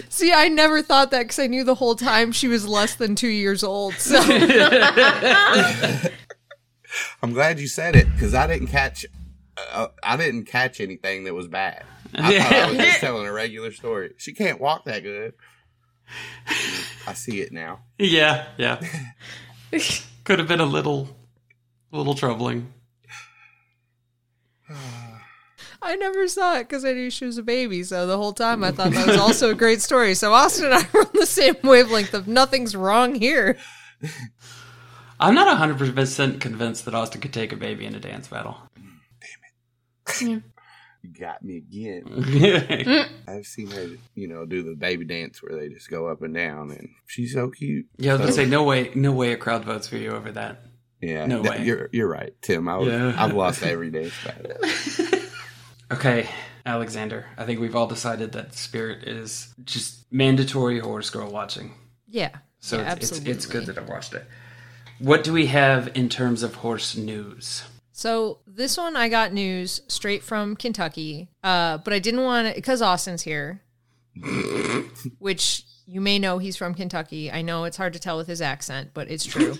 [SPEAKER 2] See, I never thought that because I knew the whole time she was less than two years old. So
[SPEAKER 4] I'm glad you said it because I didn't catch. Uh, I didn't catch anything that was bad. I thought I was just telling a regular story. She can't walk that good. I see it now.
[SPEAKER 1] Yeah, yeah. Could have been a little, little troubling.
[SPEAKER 2] I never saw it because I knew she was a baby. So the whole time I thought that was also a great story. So Austin and I were on the same wavelength of nothing's wrong here.
[SPEAKER 1] I'm not 100% convinced that Austin could take a baby in a dance battle.
[SPEAKER 4] You got me again.
[SPEAKER 1] yeah,
[SPEAKER 4] I've seen her, you know, do the baby dance where they just go up and down, and she's so cute.
[SPEAKER 1] I was gonna say no way, no way a crowd votes for you over that.
[SPEAKER 4] Yeah,
[SPEAKER 1] No
[SPEAKER 4] that-
[SPEAKER 1] way.
[SPEAKER 4] You're you're right, Tim. I was,
[SPEAKER 1] Yeah.
[SPEAKER 4] I've lost every dance battle.
[SPEAKER 1] Okay, Alexander, I think we've all decided that Spirit is just mandatory horror girl watching.
[SPEAKER 2] Yeah.
[SPEAKER 1] So
[SPEAKER 2] Yeah,
[SPEAKER 1] it's, it's it's good
[SPEAKER 2] absolutely.
[SPEAKER 1] that I've watched it. What do we have in terms of horse news?
[SPEAKER 2] So this one I got news straight from Kentucky, uh, but I didn't want to because Austin's here, which you may know he's from Kentucky. I know it's hard to tell with his accent, but it's true.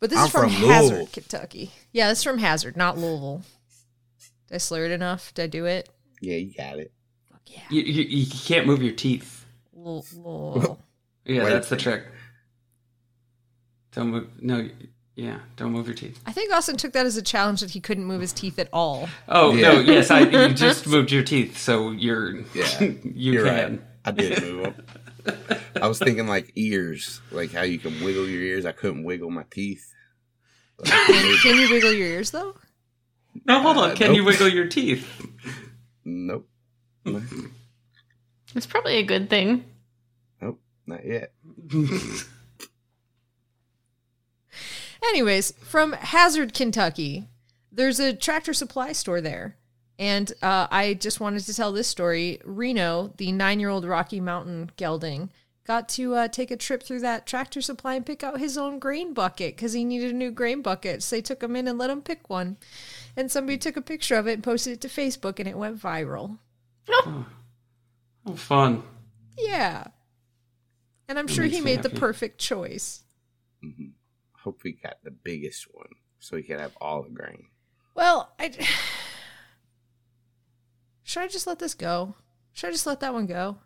[SPEAKER 2] But this
[SPEAKER 4] I'm
[SPEAKER 2] is from,
[SPEAKER 4] from
[SPEAKER 2] Hazard,
[SPEAKER 4] Louisville.
[SPEAKER 2] Kentucky. Yeah, this is from Hazard, not Louisville. Did I slur it enough? Did I do it?
[SPEAKER 4] Yeah, you got it.
[SPEAKER 1] You, you, you can't move your teeth.
[SPEAKER 2] Lou- Louisville.
[SPEAKER 1] Yeah,
[SPEAKER 4] Wait.
[SPEAKER 1] that's the trick. Don't move. No, yeah, don't move your teeth.
[SPEAKER 2] I think Austin took that as a challenge that he couldn't move his teeth at all.
[SPEAKER 1] Oh
[SPEAKER 4] Yeah.
[SPEAKER 1] no! Yes, I you just moved your teeth, so you're
[SPEAKER 4] Yeah,
[SPEAKER 1] you
[SPEAKER 4] are
[SPEAKER 1] can.
[SPEAKER 4] right. I did move them. I was thinking like ears, like how you can wiggle your ears. I couldn't wiggle my teeth.
[SPEAKER 2] Can, can you wiggle your ears though?
[SPEAKER 1] No, hold on.
[SPEAKER 4] Uh,
[SPEAKER 1] can you
[SPEAKER 4] nope.
[SPEAKER 1] wiggle your teeth?
[SPEAKER 4] Nope.
[SPEAKER 3] It's probably a good thing.
[SPEAKER 4] Nope. Not yet.
[SPEAKER 2] Anyways, from Hazard, Kentucky, there's a tractor supply store there. And uh, I just wanted to tell this story. Reno, the nine year old Rocky Mountain gelding, got to uh, take a trip through that tractor supply and pick out his own grain bucket because he needed a new grain bucket. So they took him in and let him pick one. And somebody took a picture of it and posted it to Facebook and it went viral.
[SPEAKER 1] Oh, fun.
[SPEAKER 2] Yeah. And I'm sure
[SPEAKER 1] makes
[SPEAKER 2] he
[SPEAKER 1] me
[SPEAKER 2] made the
[SPEAKER 1] happy.
[SPEAKER 2] perfect choice.
[SPEAKER 4] Hope we got the biggest one so we can have all the grain.
[SPEAKER 2] Well, I should I just let this go? Should I just let that one go?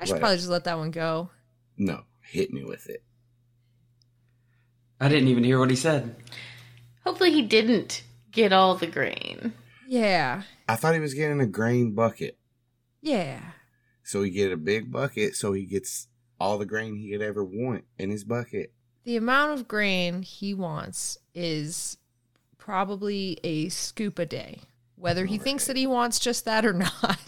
[SPEAKER 2] I should
[SPEAKER 4] What?
[SPEAKER 2] probably just let that one go.
[SPEAKER 4] No, hit me with it.
[SPEAKER 1] I didn't even hear what he said.
[SPEAKER 3] Hopefully, he didn't get all the grain.
[SPEAKER 2] Yeah,
[SPEAKER 4] I thought he was getting a grain bucket,
[SPEAKER 2] yeah.
[SPEAKER 4] so he get a big bucket, so he gets all the grain he could ever want in his bucket.
[SPEAKER 2] The amount of grain he wants is probably a scoop a day, whether he thinks that he wants just that or not.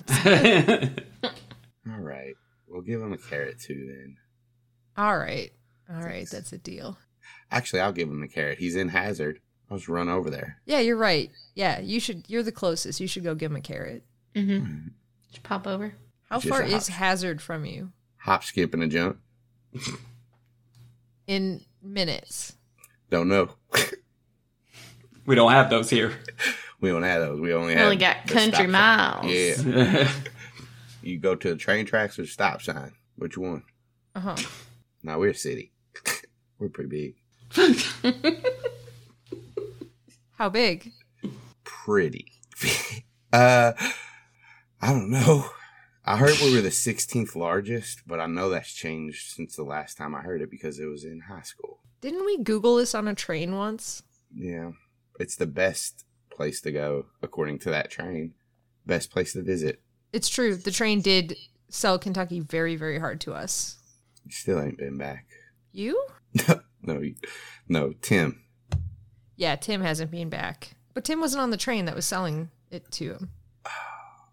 [SPEAKER 4] All right, we'll give him a carrot too then.
[SPEAKER 2] All right, all right, that's a deal.
[SPEAKER 4] Actually, I'll give him a carrot. He's in Hazard. I'll just run over there.
[SPEAKER 2] Yeah, you're right. Yeah, you should. You're the closest. You should go give him a carrot.
[SPEAKER 3] Mm-hmm.
[SPEAKER 1] Hmm.
[SPEAKER 3] Just pop over.
[SPEAKER 2] How
[SPEAKER 4] Just
[SPEAKER 2] far
[SPEAKER 4] a
[SPEAKER 2] is
[SPEAKER 4] hop.
[SPEAKER 2] Hazard from you
[SPEAKER 4] Hop, skip, and a jump.
[SPEAKER 2] in minutes?
[SPEAKER 4] Don't know.
[SPEAKER 1] we don't have those here.
[SPEAKER 4] we don't have those. We only
[SPEAKER 3] We
[SPEAKER 4] have
[SPEAKER 3] only got
[SPEAKER 4] the
[SPEAKER 3] country
[SPEAKER 4] stop sign.
[SPEAKER 3] miles.
[SPEAKER 4] Yeah,
[SPEAKER 1] That's
[SPEAKER 4] you go to the train tracks or stop sign. Which one?
[SPEAKER 2] Uh huh.
[SPEAKER 4] Now we're a city. we're pretty big.
[SPEAKER 2] How big?
[SPEAKER 4] Pretty. uh, I don't know. I heard we were the 16th largest, but I know that's changed since the last time I heard it because it was in high school.
[SPEAKER 2] Didn't we Google this on a train once?
[SPEAKER 4] Yeah. It's the best place to go, according to that train. Best place to visit.
[SPEAKER 2] It's true. The train did sell Kentucky very, very hard to us.
[SPEAKER 4] You Still ain't been back.
[SPEAKER 2] You?
[SPEAKER 4] No, you- no, Tim.
[SPEAKER 2] Yeah, Tim hasn't been back. But Tim wasn't on the train that was selling it to him.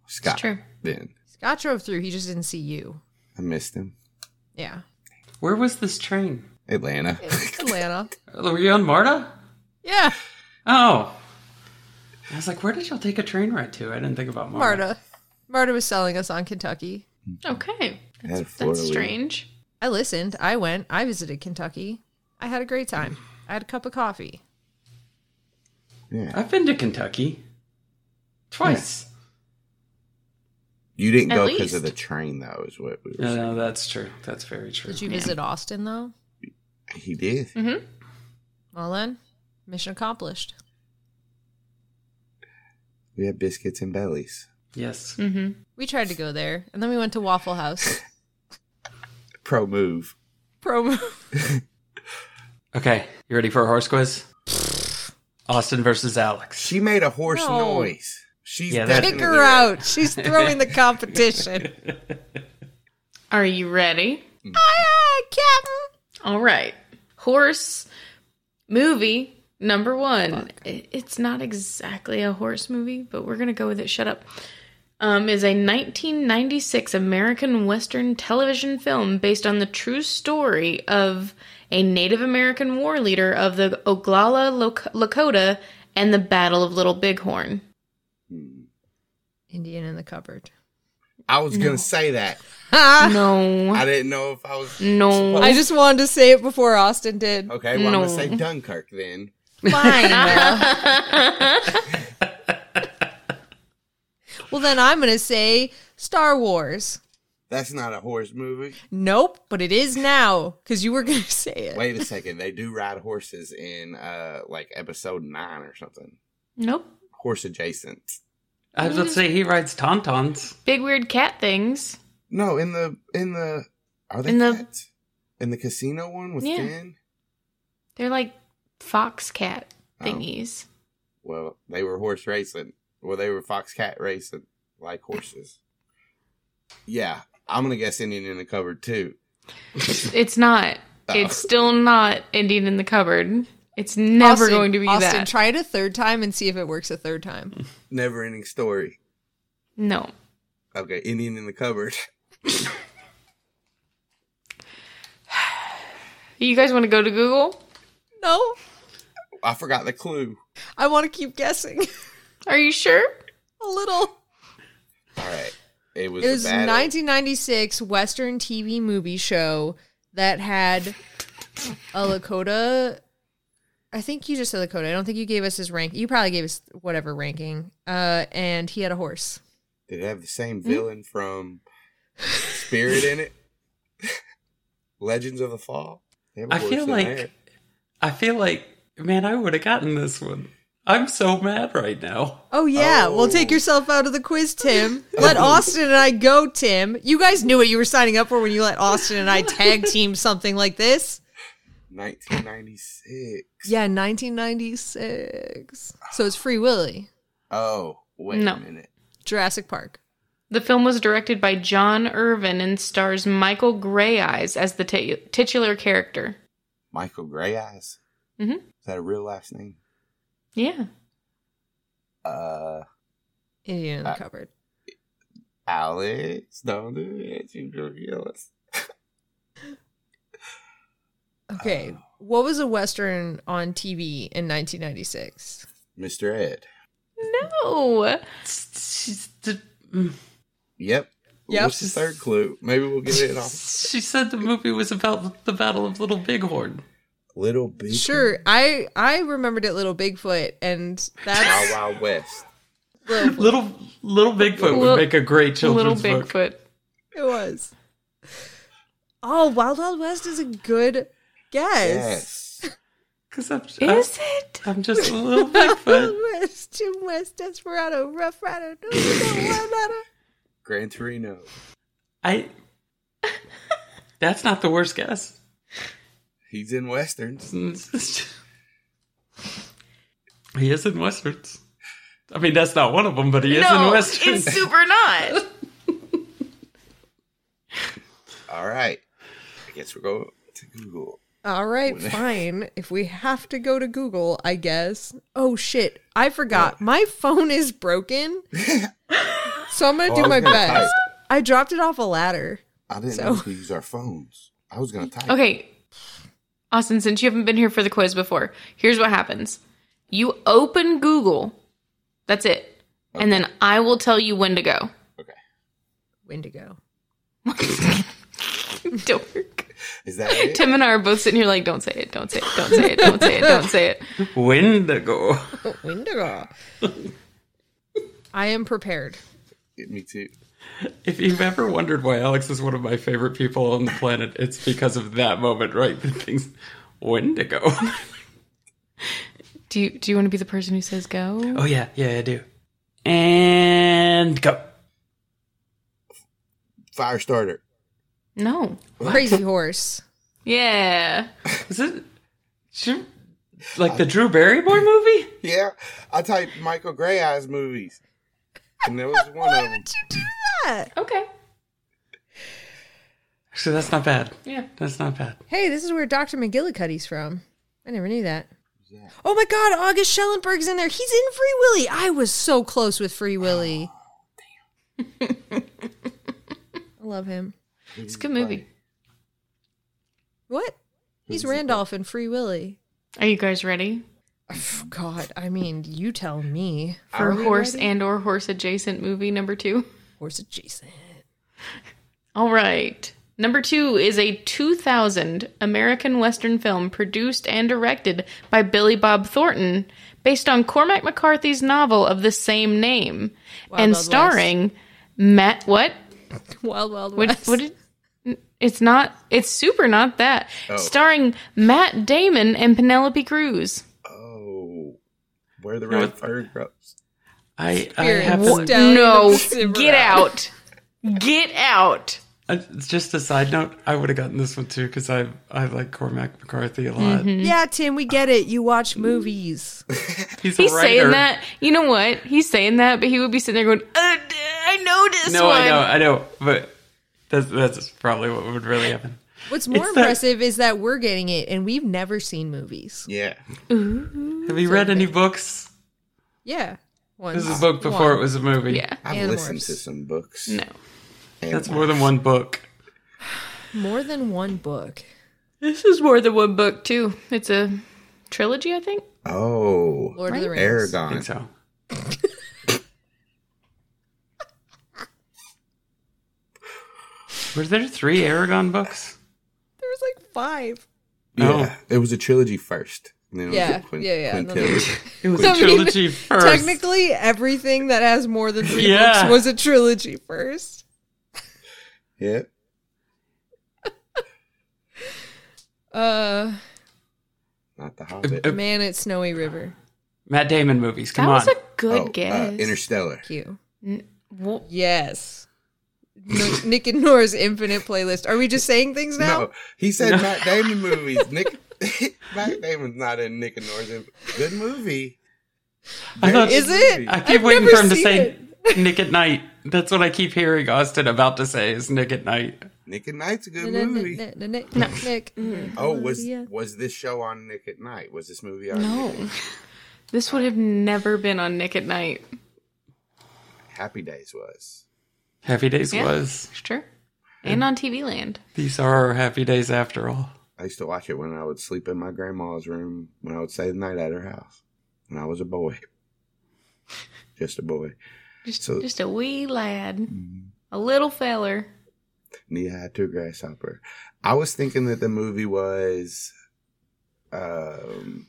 [SPEAKER 4] Scott.
[SPEAKER 3] true.
[SPEAKER 4] Then
[SPEAKER 2] Scott drove through. He just didn't see you.
[SPEAKER 4] I missed him.
[SPEAKER 2] Yeah.
[SPEAKER 1] Where was this train?
[SPEAKER 4] Atlanta.
[SPEAKER 2] Atlanta.
[SPEAKER 1] Were you on Marta?
[SPEAKER 2] Yeah.
[SPEAKER 1] Oh. I was like, where did y'all take a train ride to? I didn't think about Marta.
[SPEAKER 2] Marta. Marta was selling us on Kentucky.
[SPEAKER 3] Okay.
[SPEAKER 4] That's,
[SPEAKER 3] That's strange.
[SPEAKER 2] I listened. I went. I visited Kentucky. I had a great time. I had a cup of coffee.
[SPEAKER 4] Yeah.
[SPEAKER 1] I've been to Kentucky. Twice.
[SPEAKER 4] You didn't
[SPEAKER 3] At
[SPEAKER 4] go because of
[SPEAKER 3] least.
[SPEAKER 4] the train, though, is what we were
[SPEAKER 1] No,
[SPEAKER 4] saying.
[SPEAKER 1] no, Uh, that's true. That's very true.
[SPEAKER 2] Did you visit Austin though?
[SPEAKER 4] He did.
[SPEAKER 2] Well then, mission accomplished.
[SPEAKER 4] We had biscuits and bellies.
[SPEAKER 1] Yes.
[SPEAKER 3] Mm-hmm.
[SPEAKER 2] We tried to go there, and then we went to Waffle House.
[SPEAKER 4] Pro move.
[SPEAKER 2] Promo.
[SPEAKER 1] Okay. You ready for a horse quiz? Austin versus Alex.
[SPEAKER 4] She made a horse
[SPEAKER 2] No.
[SPEAKER 4] noise. She's
[SPEAKER 1] Yeah, that-
[SPEAKER 4] definitely
[SPEAKER 2] Pick her
[SPEAKER 4] right.
[SPEAKER 2] out. She's throwing the competition.
[SPEAKER 3] Are you ready?
[SPEAKER 2] Aye, aye, Captain.
[SPEAKER 3] All right. Horse movie number one. I- It's not exactly a horse movie, but we're going to go with it. Shut up. Um, is a 1996 American Western television film based on the true story of a Native American war leader of the Oglala Lak- Lakota and the Battle of Little Bighorn.
[SPEAKER 2] Indian in the cupboard.
[SPEAKER 4] I was gonna say that.
[SPEAKER 2] Ha!
[SPEAKER 4] I
[SPEAKER 3] No.
[SPEAKER 4] didn't know if I was.
[SPEAKER 3] No.
[SPEAKER 2] I just wanted to say it before Austin did.
[SPEAKER 4] Okay, well I'm gonna
[SPEAKER 3] No.
[SPEAKER 4] say Dunkirk then.
[SPEAKER 2] Fine. well, then I'm going to say Star Wars.
[SPEAKER 4] That's not a horse movie.
[SPEAKER 2] Nope, but it is now because you were going to say it.
[SPEAKER 4] Wait a second. They do ride horses in uh like episode nine or something.
[SPEAKER 3] nope.
[SPEAKER 4] Horse adjacent.
[SPEAKER 1] I was about to say he rides tauntauns.
[SPEAKER 3] Big weird cat things.
[SPEAKER 4] No, in the in the are they
[SPEAKER 3] In the-
[SPEAKER 4] cats? in the casino one with
[SPEAKER 3] Yeah.
[SPEAKER 4] Finn?
[SPEAKER 3] They're like fox cat
[SPEAKER 4] Oh.
[SPEAKER 3] thingies.
[SPEAKER 4] Well, they were horse racing. Well, they were fox cat racing like horses. Yeah, I'm gonna guess Indian in the cupboard too.
[SPEAKER 3] It's not.
[SPEAKER 4] Oh.
[SPEAKER 3] It's still not Indian in the cupboard. It's never
[SPEAKER 2] Austin,
[SPEAKER 3] going to be
[SPEAKER 2] Austin,
[SPEAKER 3] that.
[SPEAKER 2] try it a third time and see if it works a third time.
[SPEAKER 4] Never ending story.
[SPEAKER 3] no.
[SPEAKER 4] Okay, Indian in the cupboard.
[SPEAKER 3] You guys want to go to Google?
[SPEAKER 2] no,
[SPEAKER 4] I forgot the clue.
[SPEAKER 2] I want to keep guessing
[SPEAKER 3] Are you sure?
[SPEAKER 2] a little.
[SPEAKER 4] All right, it was
[SPEAKER 2] It was
[SPEAKER 4] a
[SPEAKER 2] a
[SPEAKER 4] battle.
[SPEAKER 2] 1996 Western TV movie show that had a Lakota. I think you just said Lakota. I don't think you gave us his rank. You probably gave us whatever ranking. Uh, and he had a horse.
[SPEAKER 4] Did it have the
[SPEAKER 2] Hmm?
[SPEAKER 4] same villain from Spirit in it? Legends of the Fall. They have a
[SPEAKER 1] I
[SPEAKER 4] horse
[SPEAKER 1] feel
[SPEAKER 4] in
[SPEAKER 1] like
[SPEAKER 4] there.
[SPEAKER 1] I feel like man, I would have gotten this one. I'm so mad right now.
[SPEAKER 2] Oh yeah, well take
[SPEAKER 4] Oh.
[SPEAKER 2] yourself out of the quiz, Tim. Let Austin and I go, Tim. You guys knew what you were signing up for when you let Austin and I tag team something like this.
[SPEAKER 4] 1996.
[SPEAKER 2] Yeah, 1996. So it's Free Willy,
[SPEAKER 4] Oh, wait
[SPEAKER 3] No.
[SPEAKER 4] a minute.
[SPEAKER 2] Jurassic Park.
[SPEAKER 3] The film was directed by John Irvin and stars Michael Gray Eyes as the ti- titular character.
[SPEAKER 4] Michael Gray Eyes.
[SPEAKER 2] Mm-hmm.
[SPEAKER 3] Mhm.
[SPEAKER 4] Is that a real last name?
[SPEAKER 3] Yeah.
[SPEAKER 4] Uh,
[SPEAKER 2] Indian in the
[SPEAKER 4] Uh,
[SPEAKER 2] cupboard.
[SPEAKER 4] Alex, don't do it. You reveal us. Uh,
[SPEAKER 2] Okay, what was a western on TV in 1996?
[SPEAKER 4] Mr. Ed.
[SPEAKER 3] No.
[SPEAKER 4] Yep.
[SPEAKER 2] Yep.
[SPEAKER 4] What's the third clue? Maybe we'll get it off.
[SPEAKER 1] She said the movie was about the Battle of Little Bighorn.
[SPEAKER 4] Little Big
[SPEAKER 2] Sure, I I remembered it, Little Bigfoot, and
[SPEAKER 4] Wild
[SPEAKER 2] that's
[SPEAKER 4] Wild West.
[SPEAKER 2] Little-
[SPEAKER 1] Little Little Bigfoot
[SPEAKER 3] Little-
[SPEAKER 1] would make a great
[SPEAKER 3] Little
[SPEAKER 1] children's book.
[SPEAKER 3] Bigfoot.
[SPEAKER 2] it was. Oh, Wild Wild West is a good guess.
[SPEAKER 4] Yes.
[SPEAKER 1] Because I'm,
[SPEAKER 3] Is it?
[SPEAKER 1] I'm just a little
[SPEAKER 2] Wild
[SPEAKER 1] Bigfoot.
[SPEAKER 2] West, Jim West, Desperado, Rough Rider, no, no, no, Wild Rider.
[SPEAKER 4] Gran Torino.
[SPEAKER 1] I. That's not the worst guess.
[SPEAKER 4] He's in westerns.
[SPEAKER 1] he is in westerns. I mean, that's not one of them, but he is in westerns.
[SPEAKER 3] it's super not.
[SPEAKER 4] All right. I guess we're going to Google.
[SPEAKER 2] All right, fine. If we have to go to Google, I guess. Oh shit, I forgot. My phone is broken. so I'm going to
[SPEAKER 4] Oh, I
[SPEAKER 2] do my
[SPEAKER 4] was gonna type.
[SPEAKER 2] best. I dropped it off a ladder.
[SPEAKER 4] I didn't
[SPEAKER 2] So-
[SPEAKER 4] know we could use our phones. I was going to type.
[SPEAKER 3] Okay. Austin, since you haven't been here for the quiz before, here's what happens. You open Google. That's it. And then I will tell you when to go.
[SPEAKER 4] Okay.
[SPEAKER 2] Wendigo.
[SPEAKER 3] Dork.
[SPEAKER 4] Is that it?
[SPEAKER 3] Tim and I are both sitting here like, don't say it, don't say it, don't say it, don't say it, don't say it.
[SPEAKER 1] Wendigo.
[SPEAKER 2] Wendigo. I am prepared.
[SPEAKER 4] Me too.
[SPEAKER 1] If you've ever wondered why Alex is one of my favorite people on the planet, it's because of that moment, right? The things Wendigo.
[SPEAKER 3] Do you do you want to be the person who says go?
[SPEAKER 1] Oh yeah, yeah, I do. And go.
[SPEAKER 4] Firestarter.
[SPEAKER 3] No.
[SPEAKER 2] Crazy horse.
[SPEAKER 3] Yeah.
[SPEAKER 1] Is it should- like the Drew Barrymore movie?
[SPEAKER 4] Yeah. I typed Michael Gray Eyes movies. And there was one of them.
[SPEAKER 2] you do that?
[SPEAKER 3] Okay.
[SPEAKER 1] Actually, that's not bad.
[SPEAKER 3] Yeah.
[SPEAKER 1] That's not bad.
[SPEAKER 2] Hey, this is where Dr. McGillicuddy's from. I never knew that. Oh my god, August Schellenberg's in there. He's in Free Willy. I was so close with Free Willy. Oh, I love him.
[SPEAKER 3] It's a good movie.
[SPEAKER 2] What? He's Randolph in Free Willy.
[SPEAKER 3] Are you guys ready
[SPEAKER 2] Pff, God, I mean, you tell me.
[SPEAKER 3] for horse and or horse adjacent movie number 2?
[SPEAKER 2] Horse adjacent.
[SPEAKER 3] All right. Number two is a 2000 American Western film produced and directed by Billy Bob Thornton, based on Cormac McCarthy's novel of the same name, and
[SPEAKER 2] Wild West.
[SPEAKER 3] starring Matt. What?
[SPEAKER 2] Wild Wild
[SPEAKER 3] What?
[SPEAKER 2] West.
[SPEAKER 3] what did, it's not. It's super not that.
[SPEAKER 1] Oh.
[SPEAKER 3] Starring Matt Damon and Penelope Cruz.
[SPEAKER 4] Oh. Where the
[SPEAKER 1] No,
[SPEAKER 4] red
[SPEAKER 1] it-
[SPEAKER 4] fur grows.
[SPEAKER 1] I I
[SPEAKER 2] Here,
[SPEAKER 1] have to
[SPEAKER 2] what- Stallion
[SPEAKER 3] no,
[SPEAKER 2] of Cimarron.
[SPEAKER 3] get out, get out.
[SPEAKER 1] Uh, just a side note, I would have gotten this one too because I I like Cormac McCarthy a lot.
[SPEAKER 3] Mm-hmm.
[SPEAKER 2] Yeah, Tim, we get it. You watch movies.
[SPEAKER 1] He's, a
[SPEAKER 3] He's
[SPEAKER 1] writer.
[SPEAKER 3] saying that. You know what? He's saying that, but he would be sitting there going, uh, "I know this
[SPEAKER 1] No,
[SPEAKER 3] one."
[SPEAKER 1] I know, I know, but that's that's probably what would really happen.
[SPEAKER 2] What's more
[SPEAKER 1] It's that-
[SPEAKER 2] impressive is that we're getting it and we've never seen movies.
[SPEAKER 4] Yeah.
[SPEAKER 1] Have you read any books?
[SPEAKER 2] Yeah. One.
[SPEAKER 1] This is a book before
[SPEAKER 2] One.
[SPEAKER 1] it was a movie.
[SPEAKER 3] Yeah.
[SPEAKER 4] I've
[SPEAKER 2] And
[SPEAKER 4] listened
[SPEAKER 2] horse.
[SPEAKER 4] to some books.
[SPEAKER 3] No.
[SPEAKER 4] And
[SPEAKER 1] that's more than one book.
[SPEAKER 2] More than one book.
[SPEAKER 3] This is more than one book too. It's a trilogy, I think.
[SPEAKER 4] Oh.
[SPEAKER 2] Lord of the Rings.
[SPEAKER 1] I
[SPEAKER 4] Aragon.
[SPEAKER 1] think so. Were there three Aragon books?
[SPEAKER 2] There was like five.
[SPEAKER 4] Yeah.
[SPEAKER 1] Oh.
[SPEAKER 4] It was a trilogy first. And then it was
[SPEAKER 2] Yeah,
[SPEAKER 4] a quin-
[SPEAKER 2] yeah, yeah, and then
[SPEAKER 4] quintillion.
[SPEAKER 1] It was
[SPEAKER 2] So
[SPEAKER 1] a
[SPEAKER 2] many-
[SPEAKER 1] trilogy first.
[SPEAKER 2] Technically, everything that has more than three
[SPEAKER 1] Yeah.
[SPEAKER 2] books was a trilogy first.
[SPEAKER 4] yeah.
[SPEAKER 2] Uh,
[SPEAKER 4] Not the Hobbit.
[SPEAKER 1] Uh,
[SPEAKER 2] Man at Snowy River.
[SPEAKER 1] Matt Damon movies. Come
[SPEAKER 3] that
[SPEAKER 1] on.
[SPEAKER 3] was a good
[SPEAKER 4] Oh,
[SPEAKER 3] guess.
[SPEAKER 4] Uh, Interstellar.
[SPEAKER 2] Q.
[SPEAKER 3] Wo-
[SPEAKER 2] Yes. No, Nick and Nora's infinite playlist. Are we just saying things now?
[SPEAKER 4] No, he said Matt Damon movies. Nick Matt Damon's not in Nick and Nora's. in- Good movie.
[SPEAKER 1] I thought-
[SPEAKER 2] Is it?
[SPEAKER 1] I keep
[SPEAKER 2] I've
[SPEAKER 1] waiting
[SPEAKER 2] never
[SPEAKER 1] for him to
[SPEAKER 2] seen
[SPEAKER 1] say Nick at Night. That's what I keep hearing Austin about to say is Nick at Night.
[SPEAKER 4] Nick at Night's a good movie.
[SPEAKER 2] Nick, Nick, Nick, Nick.
[SPEAKER 4] Oh, was
[SPEAKER 2] Yeah.
[SPEAKER 4] was this show on Nick at Night? Was this movie on? Nick-
[SPEAKER 3] no. This would have never been on Nick at Night.
[SPEAKER 4] Happy Days was.
[SPEAKER 1] Happy Days
[SPEAKER 3] Yeah.
[SPEAKER 1] was.
[SPEAKER 3] Sure. And on TV Land.
[SPEAKER 1] These are our happy days after all.
[SPEAKER 4] I used to watch it when I would sleep in my grandma's room when I would stay the night at her house when I was a boy. Just a boy,
[SPEAKER 3] Just
[SPEAKER 4] So-
[SPEAKER 3] just a wee lad. A little feller.
[SPEAKER 4] knee high to a grasshopper. I was thinking that the movie was, um,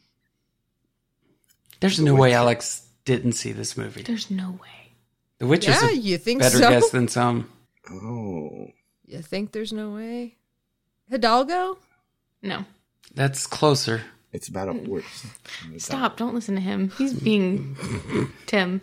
[SPEAKER 1] There's no way Alex didn't see this movie.
[SPEAKER 3] There's no way.
[SPEAKER 1] The Witch
[SPEAKER 2] Yeah,
[SPEAKER 1] is
[SPEAKER 2] you
[SPEAKER 1] a
[SPEAKER 2] think
[SPEAKER 1] better
[SPEAKER 2] so?
[SPEAKER 1] guess than some.
[SPEAKER 4] oh,
[SPEAKER 2] you think there's no way? Hidalgo?
[SPEAKER 3] No.
[SPEAKER 1] That's closer.
[SPEAKER 4] it's about a horse.
[SPEAKER 3] Stop. Don't listen to him. He's being Tim.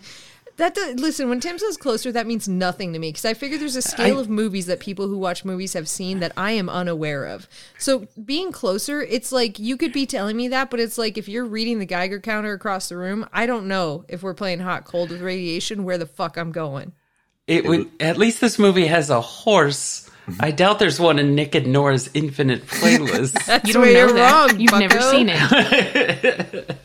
[SPEAKER 2] That does, listen, when Tim says closer, that means nothing to me because I figure there's a scale of movies that people who watch movies have seen that I am unaware of. So being closer, it's like you could be telling me that, but it's like if you're reading the Geiger counter across the room, I don't know if we're playing hot cold with radiation where the fuck I'm going.
[SPEAKER 1] It would. At least this movie has a horse. I doubt there's one in Nick and Nora's infinite playlist.
[SPEAKER 3] You
[SPEAKER 2] That's where
[SPEAKER 3] don't know
[SPEAKER 2] you're
[SPEAKER 3] that.
[SPEAKER 2] wrong,
[SPEAKER 3] You've never
[SPEAKER 2] bucko.
[SPEAKER 3] seen it.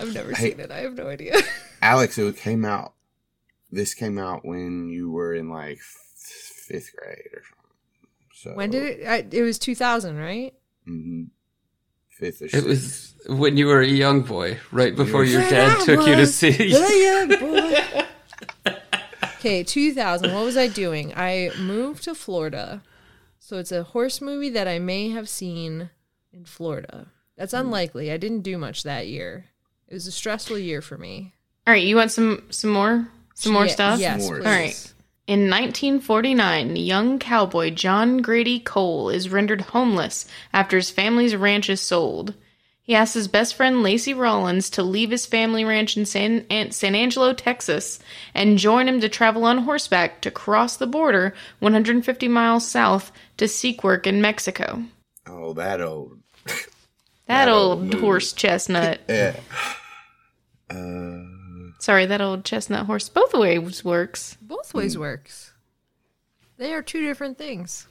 [SPEAKER 2] I've never seen it. I have no idea.
[SPEAKER 4] Alex, it came out. This came out when you were in like f- fifth grade or something. So
[SPEAKER 2] when did it? I, it was 2000, right?
[SPEAKER 4] mhm. fifth or
[SPEAKER 1] it
[SPEAKER 4] sixth?
[SPEAKER 1] was when you were a young boy, right before your
[SPEAKER 2] Yeah,
[SPEAKER 1] dad
[SPEAKER 2] that
[SPEAKER 1] took you to
[SPEAKER 2] was-
[SPEAKER 1] see.
[SPEAKER 2] Okay, 2000. What was I doing? I moved to Florida. So it's a horse movie that I may have seen in Florida. That's
[SPEAKER 1] Hmm.
[SPEAKER 2] unlikely. I didn't do much that year. It was a stressful year for me.
[SPEAKER 3] All right, you want some some more some more
[SPEAKER 2] Yeah,
[SPEAKER 3] stuff?
[SPEAKER 2] Yes.
[SPEAKER 4] More.
[SPEAKER 2] please.
[SPEAKER 3] All right. In 1949, young cowboy John Grady Cole is rendered homeless after his family's ranch is sold. He asks his best friend Lacey Rollins to leave his family ranch in San, An- San Angelo, Texas, and join him to travel on horseback to cross the border 150 miles south to seek work in Mexico.
[SPEAKER 4] Oh, that old.
[SPEAKER 3] That,
[SPEAKER 4] That old
[SPEAKER 3] old
[SPEAKER 4] movie.
[SPEAKER 3] horse chestnut.
[SPEAKER 4] Yeah. Uh,
[SPEAKER 3] Sorry, that old chestnut horse. Both ways works.
[SPEAKER 2] Both ways
[SPEAKER 1] Hmm.
[SPEAKER 2] works. They are two different things.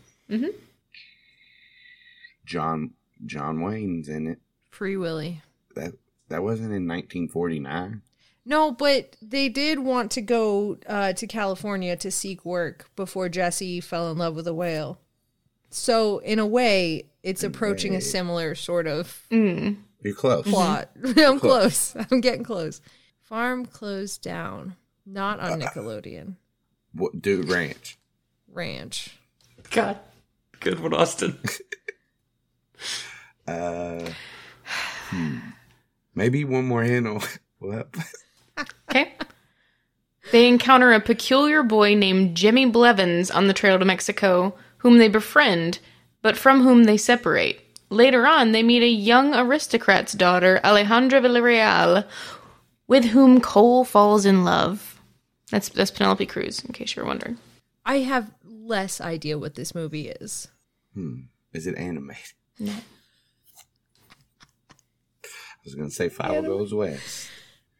[SPEAKER 4] John John Wayne's in it.
[SPEAKER 2] Free Willy.
[SPEAKER 4] That that wasn't in 1949.
[SPEAKER 2] No, but they did want to go uh, to California to seek work before Jesse fell in love with a whale. So, in a way, it's approaching a similar sort of
[SPEAKER 3] Mm.
[SPEAKER 4] You're close.
[SPEAKER 2] plot. I'm close. I'm getting close. Farm closed down. Not on Nickelodeon.
[SPEAKER 4] What, dude, ranch.
[SPEAKER 2] Ranch.
[SPEAKER 1] God, good one, Austin.
[SPEAKER 4] Uh, hmm. Maybe one more hint. will- will help.
[SPEAKER 3] Okay. They encounter a peculiar boy named Jimmy Blevins on the trail to Mexico, whom they befriend, but from whom they separate. Later on, they meet a young aristocrat's daughter, Alejandra Villarreal, with whom Cole falls in love. That's that's Penelope Cruz, in case you were wondering.
[SPEAKER 2] I have less idea what this movie is.
[SPEAKER 4] Hmm. Is it animated? No. I was gonna say File Goes West.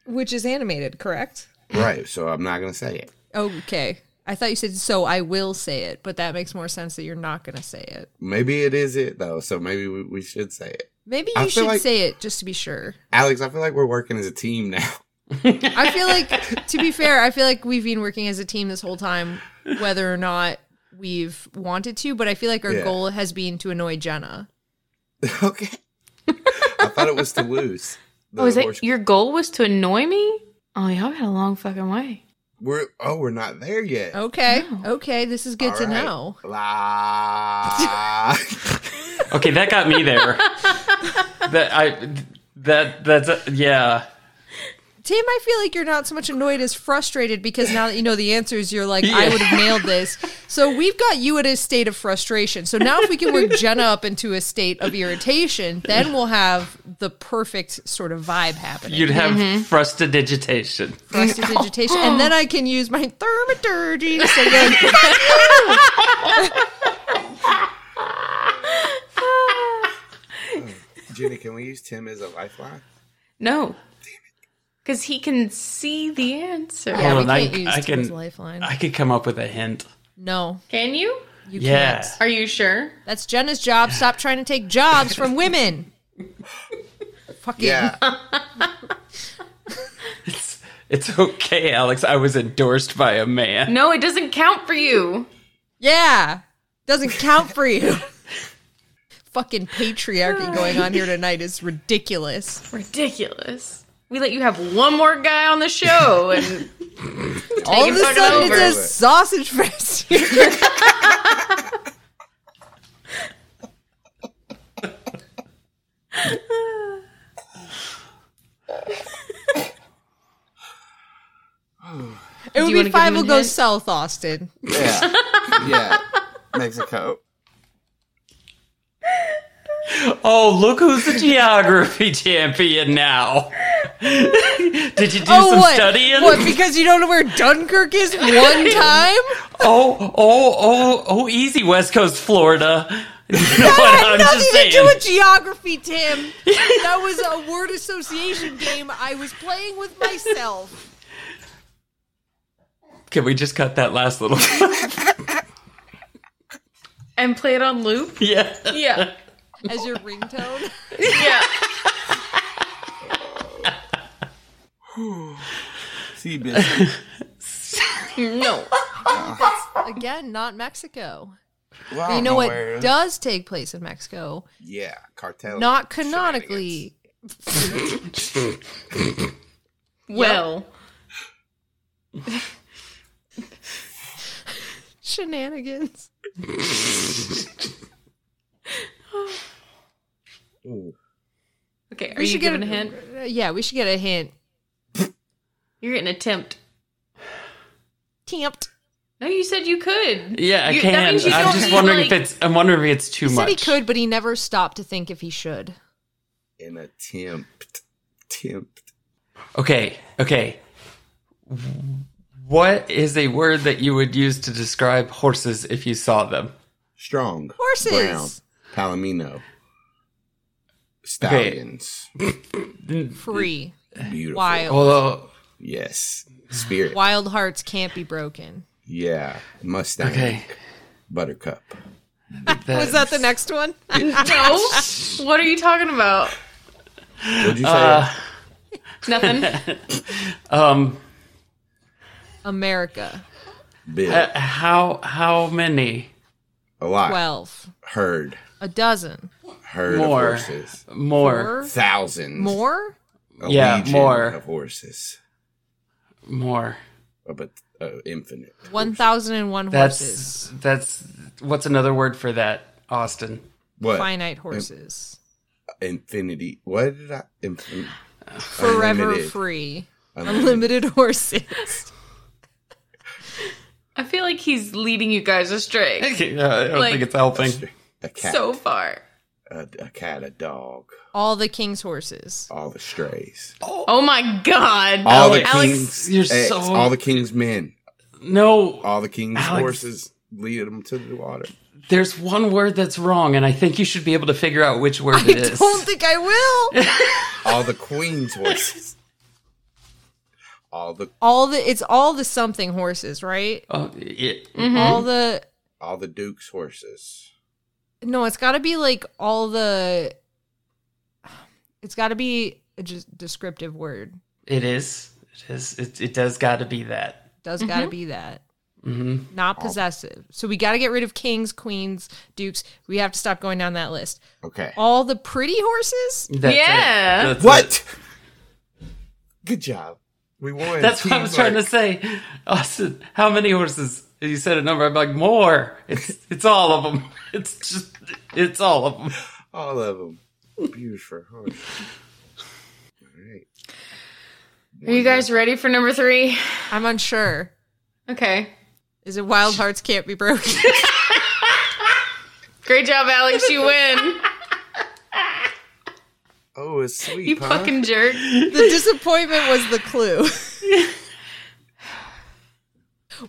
[SPEAKER 2] Which is animated, correct?
[SPEAKER 4] Right, so I'm not gonna say it.
[SPEAKER 2] Okay. I thought you said so I will say it, but that makes more sense that you're not gonna say it.
[SPEAKER 4] Maybe it is it though, so maybe we, we should say it.
[SPEAKER 2] Maybe
[SPEAKER 4] I
[SPEAKER 2] you
[SPEAKER 4] feel
[SPEAKER 2] should
[SPEAKER 4] like-
[SPEAKER 2] say it just to be sure.
[SPEAKER 4] Alex, I feel like we're working as a team now.
[SPEAKER 2] I feel like to be fair, I feel like we've been working as a team this whole time, whether or not we've wanted to, but I feel like our
[SPEAKER 4] Yeah.
[SPEAKER 2] goal has been to annoy Jenna.
[SPEAKER 4] okay. I thought it was to lose. The
[SPEAKER 3] oh, is
[SPEAKER 4] horse-
[SPEAKER 3] it your goal was to annoy me? Oh, y'all had a long fucking way.
[SPEAKER 4] We're oh, we're not there yet.
[SPEAKER 3] Oh.
[SPEAKER 2] Okay. Okay, this is good
[SPEAKER 4] All
[SPEAKER 2] to
[SPEAKER 4] right.
[SPEAKER 2] know.
[SPEAKER 4] La.
[SPEAKER 1] Okay, that got me there. that I that that's yeah.
[SPEAKER 2] Tim, I feel like you're not so much annoyed as frustrated because now that you know the answers, you're like, I
[SPEAKER 1] Yeah.
[SPEAKER 2] would have nailed this. So we've got you at a state of frustration. So now if we can work Jenna up into a state of irritation, then we'll have the perfect sort of vibe happening.
[SPEAKER 1] You'd have
[SPEAKER 2] Mm-hmm.
[SPEAKER 1] frustidigitation.
[SPEAKER 2] Prestidigitation. and then I can use my thermaturgy to say, like,
[SPEAKER 4] Jenny, can we use Tim as a lifeline?
[SPEAKER 3] No. Because he can see the answer.
[SPEAKER 2] yeah, we
[SPEAKER 1] Hold on, Oh, I-
[SPEAKER 2] can't use
[SPEAKER 1] I
[SPEAKER 2] Tim's
[SPEAKER 1] can-
[SPEAKER 2] lifeline.
[SPEAKER 1] I could come up with a hint.
[SPEAKER 2] no,
[SPEAKER 3] Can you?
[SPEAKER 2] you
[SPEAKER 1] Yeah.
[SPEAKER 2] can't.
[SPEAKER 3] Are you sure?
[SPEAKER 2] That's Jenna's job. Stop trying to take jobs from women. Fucking
[SPEAKER 4] Yeah.
[SPEAKER 1] It's it's okay, Alex. I was endorsed by a man.
[SPEAKER 3] No, it doesn't count for you.
[SPEAKER 2] Yeah. Doesn't count for you. Fucking patriarchy going on here tonight is ridiculous.
[SPEAKER 3] Ridiculous. We let you have one more guy on the show, and
[SPEAKER 2] All of a
[SPEAKER 3] fucking
[SPEAKER 2] sudden,
[SPEAKER 3] over.
[SPEAKER 2] it's a sausage fest. It would
[SPEAKER 3] wanna
[SPEAKER 2] be
[SPEAKER 3] give
[SPEAKER 2] five
[SPEAKER 3] him
[SPEAKER 2] will
[SPEAKER 3] a
[SPEAKER 2] go
[SPEAKER 3] hint?
[SPEAKER 2] south, Austin.
[SPEAKER 4] Yeah. yeah. Mexico.
[SPEAKER 1] Oh, look who's the geography champion now. Did you do
[SPEAKER 2] oh,
[SPEAKER 1] some
[SPEAKER 2] what?
[SPEAKER 1] studying?
[SPEAKER 2] What? Because you don't know where Dunkirk is one time?
[SPEAKER 1] Oh, oh, oh, oh, easy, West Coast, Florida. You know what
[SPEAKER 2] had
[SPEAKER 1] I'm
[SPEAKER 2] nothing
[SPEAKER 1] just
[SPEAKER 2] to
[SPEAKER 1] saying.
[SPEAKER 2] do with geography, Tim. that was a word association game I was playing with myself.
[SPEAKER 1] Can we just cut that last little?
[SPEAKER 3] and play it on loop.
[SPEAKER 1] yeah.
[SPEAKER 3] Yeah.
[SPEAKER 2] As your ringtone,
[SPEAKER 3] Yeah.
[SPEAKER 4] See, bitch.
[SPEAKER 3] No.
[SPEAKER 2] again, not Mexico.
[SPEAKER 4] Well, I
[SPEAKER 2] But you
[SPEAKER 4] don't
[SPEAKER 2] know what
[SPEAKER 4] where- Oh,
[SPEAKER 2] does take place in Mexico?
[SPEAKER 4] Yeah, cartel.
[SPEAKER 2] Not canonically.
[SPEAKER 3] Well,
[SPEAKER 2] Shenanigans.
[SPEAKER 4] Ooh.
[SPEAKER 3] okay. Are
[SPEAKER 2] We
[SPEAKER 3] you
[SPEAKER 2] should get
[SPEAKER 3] giving a
[SPEAKER 2] a-
[SPEAKER 3] hint?
[SPEAKER 2] Uh, yeah, we should get a hint.
[SPEAKER 3] You're getting attempt.
[SPEAKER 2] Tamped.
[SPEAKER 3] No, you said you could.
[SPEAKER 1] Yeah, I
[SPEAKER 3] You- that
[SPEAKER 1] can.
[SPEAKER 3] means you
[SPEAKER 1] I'm
[SPEAKER 3] don't
[SPEAKER 1] just
[SPEAKER 3] need,
[SPEAKER 1] wondering
[SPEAKER 3] like-
[SPEAKER 1] if it's. I'm wondering if it's too
[SPEAKER 2] He
[SPEAKER 1] much.
[SPEAKER 2] said he could, but he never stopped to think if he should.
[SPEAKER 4] An attempt. Attempt.
[SPEAKER 1] Okay. Okay. What is a word that you would use to describe horses if you saw them?
[SPEAKER 4] Strong.
[SPEAKER 2] Horses.
[SPEAKER 4] Brown. Palomino. Stallions.
[SPEAKER 2] Free.
[SPEAKER 4] Beautiful. Oh.
[SPEAKER 2] Wild.
[SPEAKER 1] Although,
[SPEAKER 4] Yes. Spirit.
[SPEAKER 2] Wild hearts can't be broken.
[SPEAKER 4] Yeah. Mustang.
[SPEAKER 1] uh, Okay.
[SPEAKER 4] Buttercup.
[SPEAKER 1] that,
[SPEAKER 2] Was that the next one?
[SPEAKER 3] No. what are you talking about?
[SPEAKER 4] What'd you say?
[SPEAKER 1] Uh,
[SPEAKER 3] Nothing.
[SPEAKER 1] um
[SPEAKER 2] America.
[SPEAKER 4] Bill.
[SPEAKER 1] uh, how how many
[SPEAKER 4] a lot.
[SPEAKER 2] Twelve.
[SPEAKER 4] Herd.
[SPEAKER 2] A dozen.
[SPEAKER 4] Herd
[SPEAKER 1] More.
[SPEAKER 4] of horses.
[SPEAKER 1] more
[SPEAKER 2] Four?
[SPEAKER 4] Thousands.
[SPEAKER 2] More?
[SPEAKER 4] A
[SPEAKER 1] Yeah,
[SPEAKER 4] legion
[SPEAKER 1] more.
[SPEAKER 4] Of horses.
[SPEAKER 1] more?
[SPEAKER 4] Uh, But uh, infinite.
[SPEAKER 2] One thousand and one horses.
[SPEAKER 1] That's that's what's another word for that, Austin.
[SPEAKER 4] What?
[SPEAKER 2] Finite horses.
[SPEAKER 4] Infinity. What did I? Infin-
[SPEAKER 2] Forever
[SPEAKER 4] Unlimited.
[SPEAKER 2] free.
[SPEAKER 4] Unlimited.
[SPEAKER 2] Unlimited horses.
[SPEAKER 3] I feel like he's leading you guys astray
[SPEAKER 1] I don't
[SPEAKER 3] Like-
[SPEAKER 1] think it's helping.
[SPEAKER 4] A cat.
[SPEAKER 3] so far.
[SPEAKER 4] a, a cat, a dog,
[SPEAKER 2] All the king's horses.
[SPEAKER 4] all the strays,
[SPEAKER 3] Oh my god.
[SPEAKER 4] all the
[SPEAKER 3] Alex,
[SPEAKER 4] king's,
[SPEAKER 1] you're
[SPEAKER 4] eggs,
[SPEAKER 1] so-
[SPEAKER 4] all the king's men,
[SPEAKER 1] No,
[SPEAKER 4] all the king's
[SPEAKER 1] Alex.
[SPEAKER 4] horses lead them to the water.
[SPEAKER 1] there's one word that's wrong, and I think you should be able to figure out which word
[SPEAKER 2] I
[SPEAKER 1] it is.
[SPEAKER 2] don't think I will.
[SPEAKER 4] All the queen's horses, all the
[SPEAKER 2] All the it's all the something horses, right?
[SPEAKER 1] Oh, it-
[SPEAKER 2] All the
[SPEAKER 4] all the duke's horses.
[SPEAKER 2] no, it's got to be like all the. It's got to be a just descriptive word.
[SPEAKER 1] it is. It is. It, it does got to be that.
[SPEAKER 2] Does got
[SPEAKER 1] Mm-hmm.
[SPEAKER 2] to be that.
[SPEAKER 1] hmm
[SPEAKER 2] Not possessive. So we got to get rid of kings, queens, dukes. We have to stop going down that list.
[SPEAKER 4] Okay,
[SPEAKER 2] All the pretty horses?
[SPEAKER 1] That's it.
[SPEAKER 3] Yeah.
[SPEAKER 1] That's it.
[SPEAKER 4] what? Good job, we won.
[SPEAKER 1] That's what I was trying to
[SPEAKER 4] Teamwork.
[SPEAKER 1] say, Austin. How many horses? You said a number. I'm like more. It's it's all of them. It's just it's all of them.
[SPEAKER 4] All of them, beautiful horses. All right,
[SPEAKER 1] Oh.
[SPEAKER 3] Are you guys ready for number three?
[SPEAKER 2] I'm unsure.
[SPEAKER 3] Okay.
[SPEAKER 2] Is it wild hearts can't be broken?
[SPEAKER 3] Great job, Alex. You win.
[SPEAKER 4] oh, it's sweet.
[SPEAKER 3] You
[SPEAKER 4] huh?
[SPEAKER 3] fucking jerk.
[SPEAKER 2] the disappointment was the clue.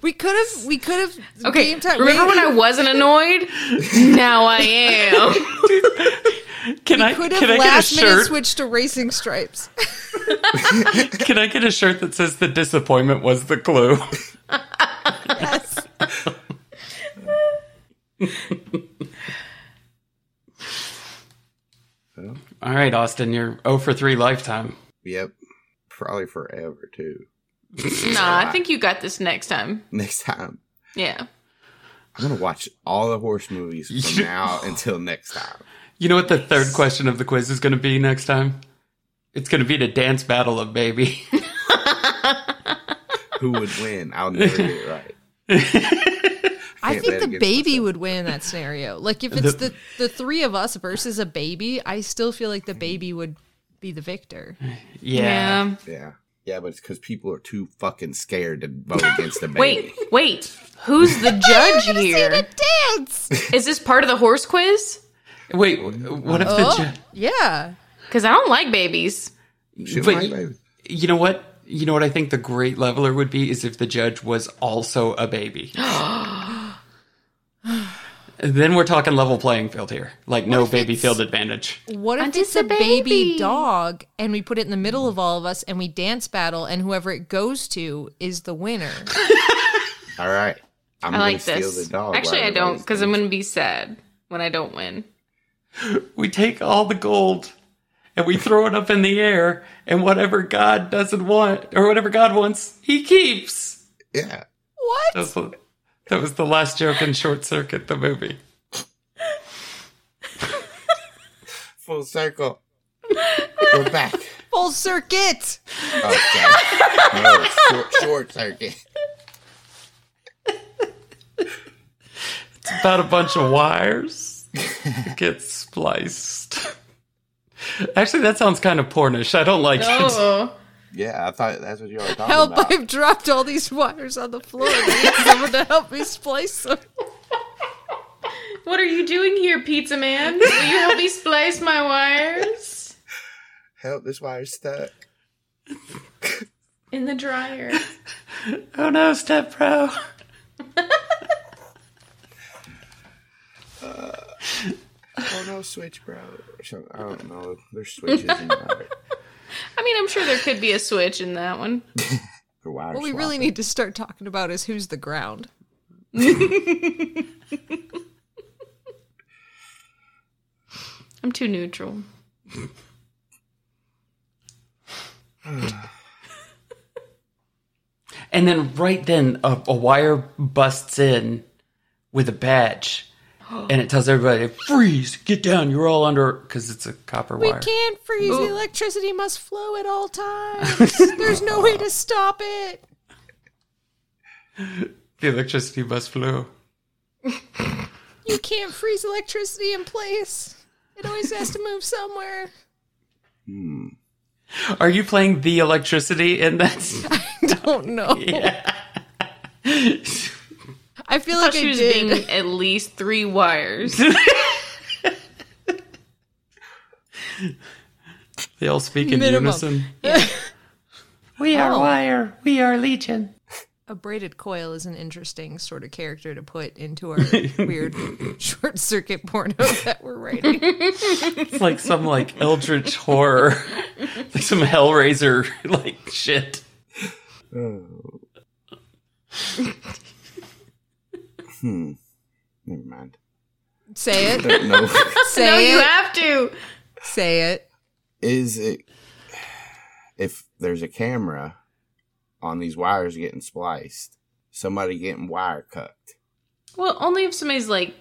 [SPEAKER 2] we could have we could have
[SPEAKER 3] Okay.
[SPEAKER 2] game time-
[SPEAKER 3] Remember
[SPEAKER 2] wait,
[SPEAKER 3] when I wasn't annoyed? now I am.
[SPEAKER 1] Can I
[SPEAKER 2] could
[SPEAKER 1] can I
[SPEAKER 2] have
[SPEAKER 1] get a
[SPEAKER 2] last minute
[SPEAKER 1] shirt?
[SPEAKER 2] switched to racing stripes?
[SPEAKER 1] Can I get a shirt that says the disappointment was the clue?
[SPEAKER 2] yes.
[SPEAKER 1] All right, Austin, you're 0 for 3 lifetime.
[SPEAKER 4] Yep, probably forever too.
[SPEAKER 3] nah, I think you got this next time.
[SPEAKER 4] Next time.
[SPEAKER 3] Yeah.
[SPEAKER 4] I'm gonna watch all the horse movies
[SPEAKER 1] You-
[SPEAKER 4] from now until next time.
[SPEAKER 1] You know what the third question of the quiz is going to be next time? It's going to be the dance battle of baby.
[SPEAKER 4] Who would win? I'll never get it right.
[SPEAKER 2] I
[SPEAKER 4] Can't
[SPEAKER 2] think
[SPEAKER 4] bet
[SPEAKER 2] the
[SPEAKER 4] against
[SPEAKER 2] baby would win in that scenario. Like if it's the, the three of us versus a baby, I still feel like the baby would be the victor.
[SPEAKER 1] Yeah.
[SPEAKER 3] Um,
[SPEAKER 4] Yeah, yeah, but it's because people are too fucking scared to vote against the baby.
[SPEAKER 3] Wait, wait. Who's the judge here?
[SPEAKER 2] Dance.
[SPEAKER 3] Is this part of the horse quiz?
[SPEAKER 1] Wait, what if the
[SPEAKER 2] Oh,
[SPEAKER 1] ju-
[SPEAKER 2] yeah.
[SPEAKER 3] Because I don't like babies.
[SPEAKER 4] Shoot
[SPEAKER 1] But
[SPEAKER 4] my
[SPEAKER 1] you-
[SPEAKER 4] baby.
[SPEAKER 1] You know what? You know what I think the great leveler would be is if the judge was also a baby. then we're talking level playing field here. Like no baby field advantage.
[SPEAKER 2] What if
[SPEAKER 3] And
[SPEAKER 2] it's,
[SPEAKER 3] it's
[SPEAKER 2] a
[SPEAKER 3] a
[SPEAKER 2] baby.
[SPEAKER 3] baby.
[SPEAKER 2] dog and we put it in the middle of all of us and we dance battle and whoever it goes to is the winner?
[SPEAKER 4] All right. I'm
[SPEAKER 3] I
[SPEAKER 4] gonna
[SPEAKER 3] like this.
[SPEAKER 4] dog
[SPEAKER 3] Actually,
[SPEAKER 4] while
[SPEAKER 3] I don't
[SPEAKER 4] everybody's
[SPEAKER 3] because I'm going to be sad when I don't win.
[SPEAKER 1] We take all the gold and we throw it up in the air and whatever God doesn't want or whatever God wants, he keeps.
[SPEAKER 4] Yeah.
[SPEAKER 2] What?
[SPEAKER 1] That was the, that was the last joke in Short Circuit the movie.
[SPEAKER 4] Full circle. We're back.
[SPEAKER 2] Full circuit.
[SPEAKER 4] Okay. no, short, short circuit.
[SPEAKER 1] It's about a bunch of wires that get spliced. Actually, that sounds kind of pornish. I don't like it.
[SPEAKER 3] Oh,
[SPEAKER 4] Yeah, I thought that's what you were talking
[SPEAKER 2] Help,
[SPEAKER 4] about.
[SPEAKER 2] Oh, I've dropped all these wires on the floor. I need someone to help me splice them.
[SPEAKER 3] what are you doing here, Pizza Man? Will you help me splice my wires
[SPEAKER 4] Help, this wire's stuck.
[SPEAKER 3] in the dryer?
[SPEAKER 1] Oh no, Step Pro.
[SPEAKER 4] Oh no, switch, bro. Or something. I don't know. There's switches in the wire.
[SPEAKER 3] I mean, I'm sure there could be a switch in that one.
[SPEAKER 4] The wire
[SPEAKER 2] What we really need to start talking about is who's the ground.
[SPEAKER 3] I'm too neutral.
[SPEAKER 1] And then right then, a, a wire busts in with a badge, and it tells everybody, "Freeze! Get down! You're all under." Because it's a copper
[SPEAKER 2] We
[SPEAKER 1] wire.
[SPEAKER 2] can't freeze. The electricity must flow at all times. There's no way to stop it.
[SPEAKER 1] The electricity must flow.
[SPEAKER 2] You can't freeze electricity in place. It always has to move somewhere.
[SPEAKER 1] Are you playing the electricity in that?
[SPEAKER 2] Don't know. I feel like I,
[SPEAKER 3] She was
[SPEAKER 2] did.
[SPEAKER 3] being at least three wires.
[SPEAKER 1] they all speak in
[SPEAKER 2] Minimum.
[SPEAKER 1] unison. we are wire. We are legion.
[SPEAKER 2] a braided coil is an interesting sort of character to put into our weird short circuit porno that we're writing.
[SPEAKER 1] It's like some like eldritch horror, like some Hellraiser like shit.
[SPEAKER 4] Hmm. Hmm. Never mind.
[SPEAKER 2] Say it.
[SPEAKER 4] Don't know.
[SPEAKER 3] no,
[SPEAKER 2] Say
[SPEAKER 3] you
[SPEAKER 2] it.
[SPEAKER 3] have to.
[SPEAKER 2] Say it.
[SPEAKER 4] Is it if there's a camera on these wires getting spliced, somebody getting wire cucked.
[SPEAKER 3] Well, only if somebody's like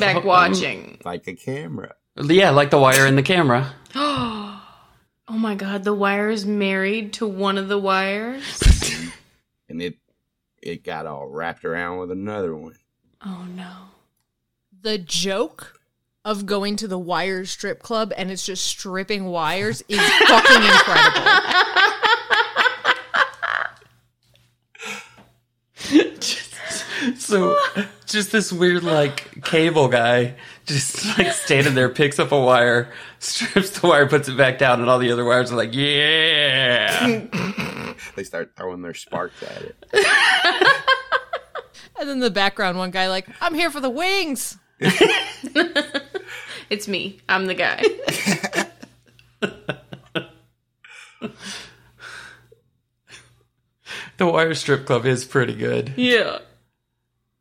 [SPEAKER 1] Well,
[SPEAKER 3] back
[SPEAKER 1] um,
[SPEAKER 3] watching.
[SPEAKER 4] Like a camera.
[SPEAKER 1] Yeah, like the wire in the camera.
[SPEAKER 3] Oh my god, the wire is married to one of the wires.
[SPEAKER 4] And it it got all wrapped around with another one.
[SPEAKER 3] Oh no.
[SPEAKER 2] The joke of going to the wire strip club and it's just stripping wires is fucking incredible.
[SPEAKER 1] So just this weird like cable guy just like standing there, picks up a wire, strips the wire, puts it back down, and all the other wires are like, Yeah.
[SPEAKER 4] They start throwing their sparks at it.
[SPEAKER 2] And then the background one guy like, "I'm here for the wings."
[SPEAKER 3] It's me. I'm the guy.
[SPEAKER 1] the wire strip club is pretty good.
[SPEAKER 3] yeah.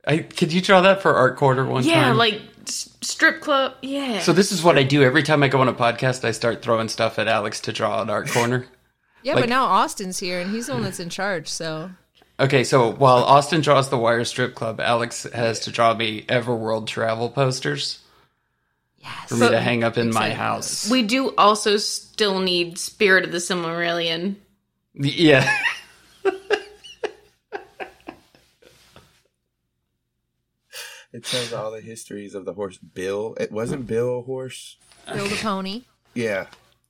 [SPEAKER 1] I could you draw that for art quarter one
[SPEAKER 3] Yeah,
[SPEAKER 2] Um,
[SPEAKER 1] time?
[SPEAKER 3] like s- strip club. Yeah.
[SPEAKER 1] so this is what I do every time I go on a podcast. I start throwing stuff at Alex to draw an art corner.
[SPEAKER 2] Yeah,
[SPEAKER 1] Like-
[SPEAKER 2] but now Austin's here and he's the one that's in charge, so
[SPEAKER 1] Okay, so while Austin draws the Wire Strip Club, Alex has to draw me Everworld travel posters for me to hang up in my
[SPEAKER 2] Exciting.
[SPEAKER 1] house.
[SPEAKER 3] we do also still need Spirit of the Silmarillion.
[SPEAKER 1] yeah.
[SPEAKER 4] It tells all the histories of the horse Bill. It wasn't Bill a horse.
[SPEAKER 2] build a pony.
[SPEAKER 4] Yeah.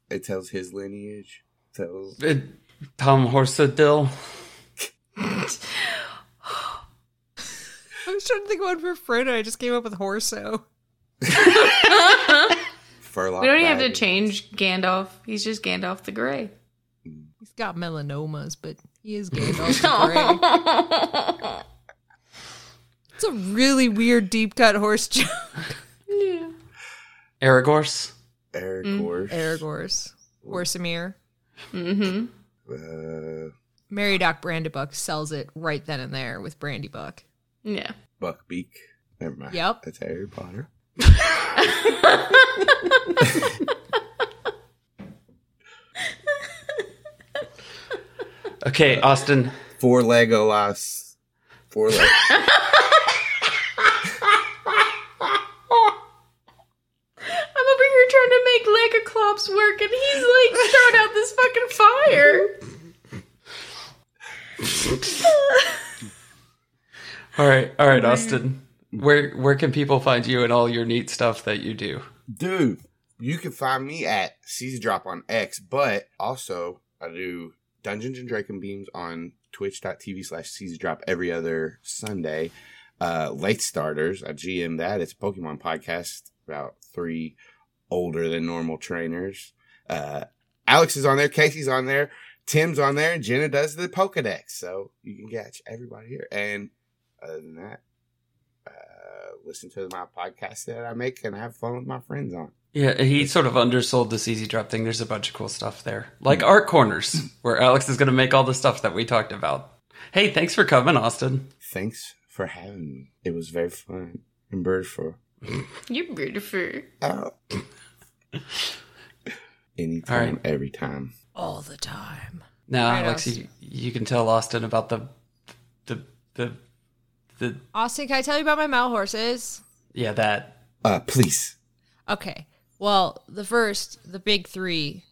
[SPEAKER 4] It tells his lineage. Tells
[SPEAKER 1] Uh, Tom Horsadil.
[SPEAKER 2] I was trying to think of one for Frodo. I just came up with Horso.
[SPEAKER 4] Furlock.
[SPEAKER 3] We don't even have to
[SPEAKER 4] Baggy.
[SPEAKER 3] change Gandalf. He's just Gandalf the Grey.
[SPEAKER 2] got melanomas, but he is Gandalf the Grey. It's a really weird deep cut horse joke.
[SPEAKER 3] Yeah.
[SPEAKER 1] Aragorse.
[SPEAKER 4] Eric Gorsh.
[SPEAKER 2] Aragor's, Horsemir,
[SPEAKER 3] Mm-hmm.
[SPEAKER 4] Uh,
[SPEAKER 2] Mary Doc Brandybuck sells it right then and there with Brandybuck.
[SPEAKER 3] Yeah.
[SPEAKER 4] Buckbeak. Never mind.
[SPEAKER 2] Yep.
[SPEAKER 4] That's Harry Potter.
[SPEAKER 1] Okay, Austin.
[SPEAKER 4] Four Legolas. Four leg.
[SPEAKER 3] I'm over here trying to make Legoclops work, and he's like throwing out this fucking fire.
[SPEAKER 1] All right, all right, Austin. Where where can people find you and all your neat stuff that you do?
[SPEAKER 4] Dude, you can find me at Caesar Drop on X, but also I do Dungeons and Draken Beams on twitch.tv slash Caesar Drop every other Sunday. Uh, Late Starters, I GM that. It's a Pokemon podcast about three older than normal trainers. Uh, Alex is on there, Casey's on there, Tim's on there, and Jenna does the Pokedex. So you can catch everybody here. And other than that, uh, listen to my podcast that I make and have fun with my friends on.
[SPEAKER 1] Yeah, he sort of undersold this easy drop thing. There's a bunch of cool stuff there, like art corners, where Alex is going to make all the stuff that we talked about. Hey, thanks for coming, Austin.
[SPEAKER 4] Thanks for having me. It was very fun and beautiful.
[SPEAKER 3] You're beautiful.
[SPEAKER 4] Oh. Anytime,
[SPEAKER 1] All right.
[SPEAKER 4] every time.
[SPEAKER 2] All the time.
[SPEAKER 1] Now,
[SPEAKER 2] Right,
[SPEAKER 1] Alex, you, you can tell Austin about the the the the
[SPEAKER 2] Austin, can I tell you about my male horses?
[SPEAKER 1] yeah that
[SPEAKER 4] Uh, please.
[SPEAKER 2] Okay. Well, the first, the big three,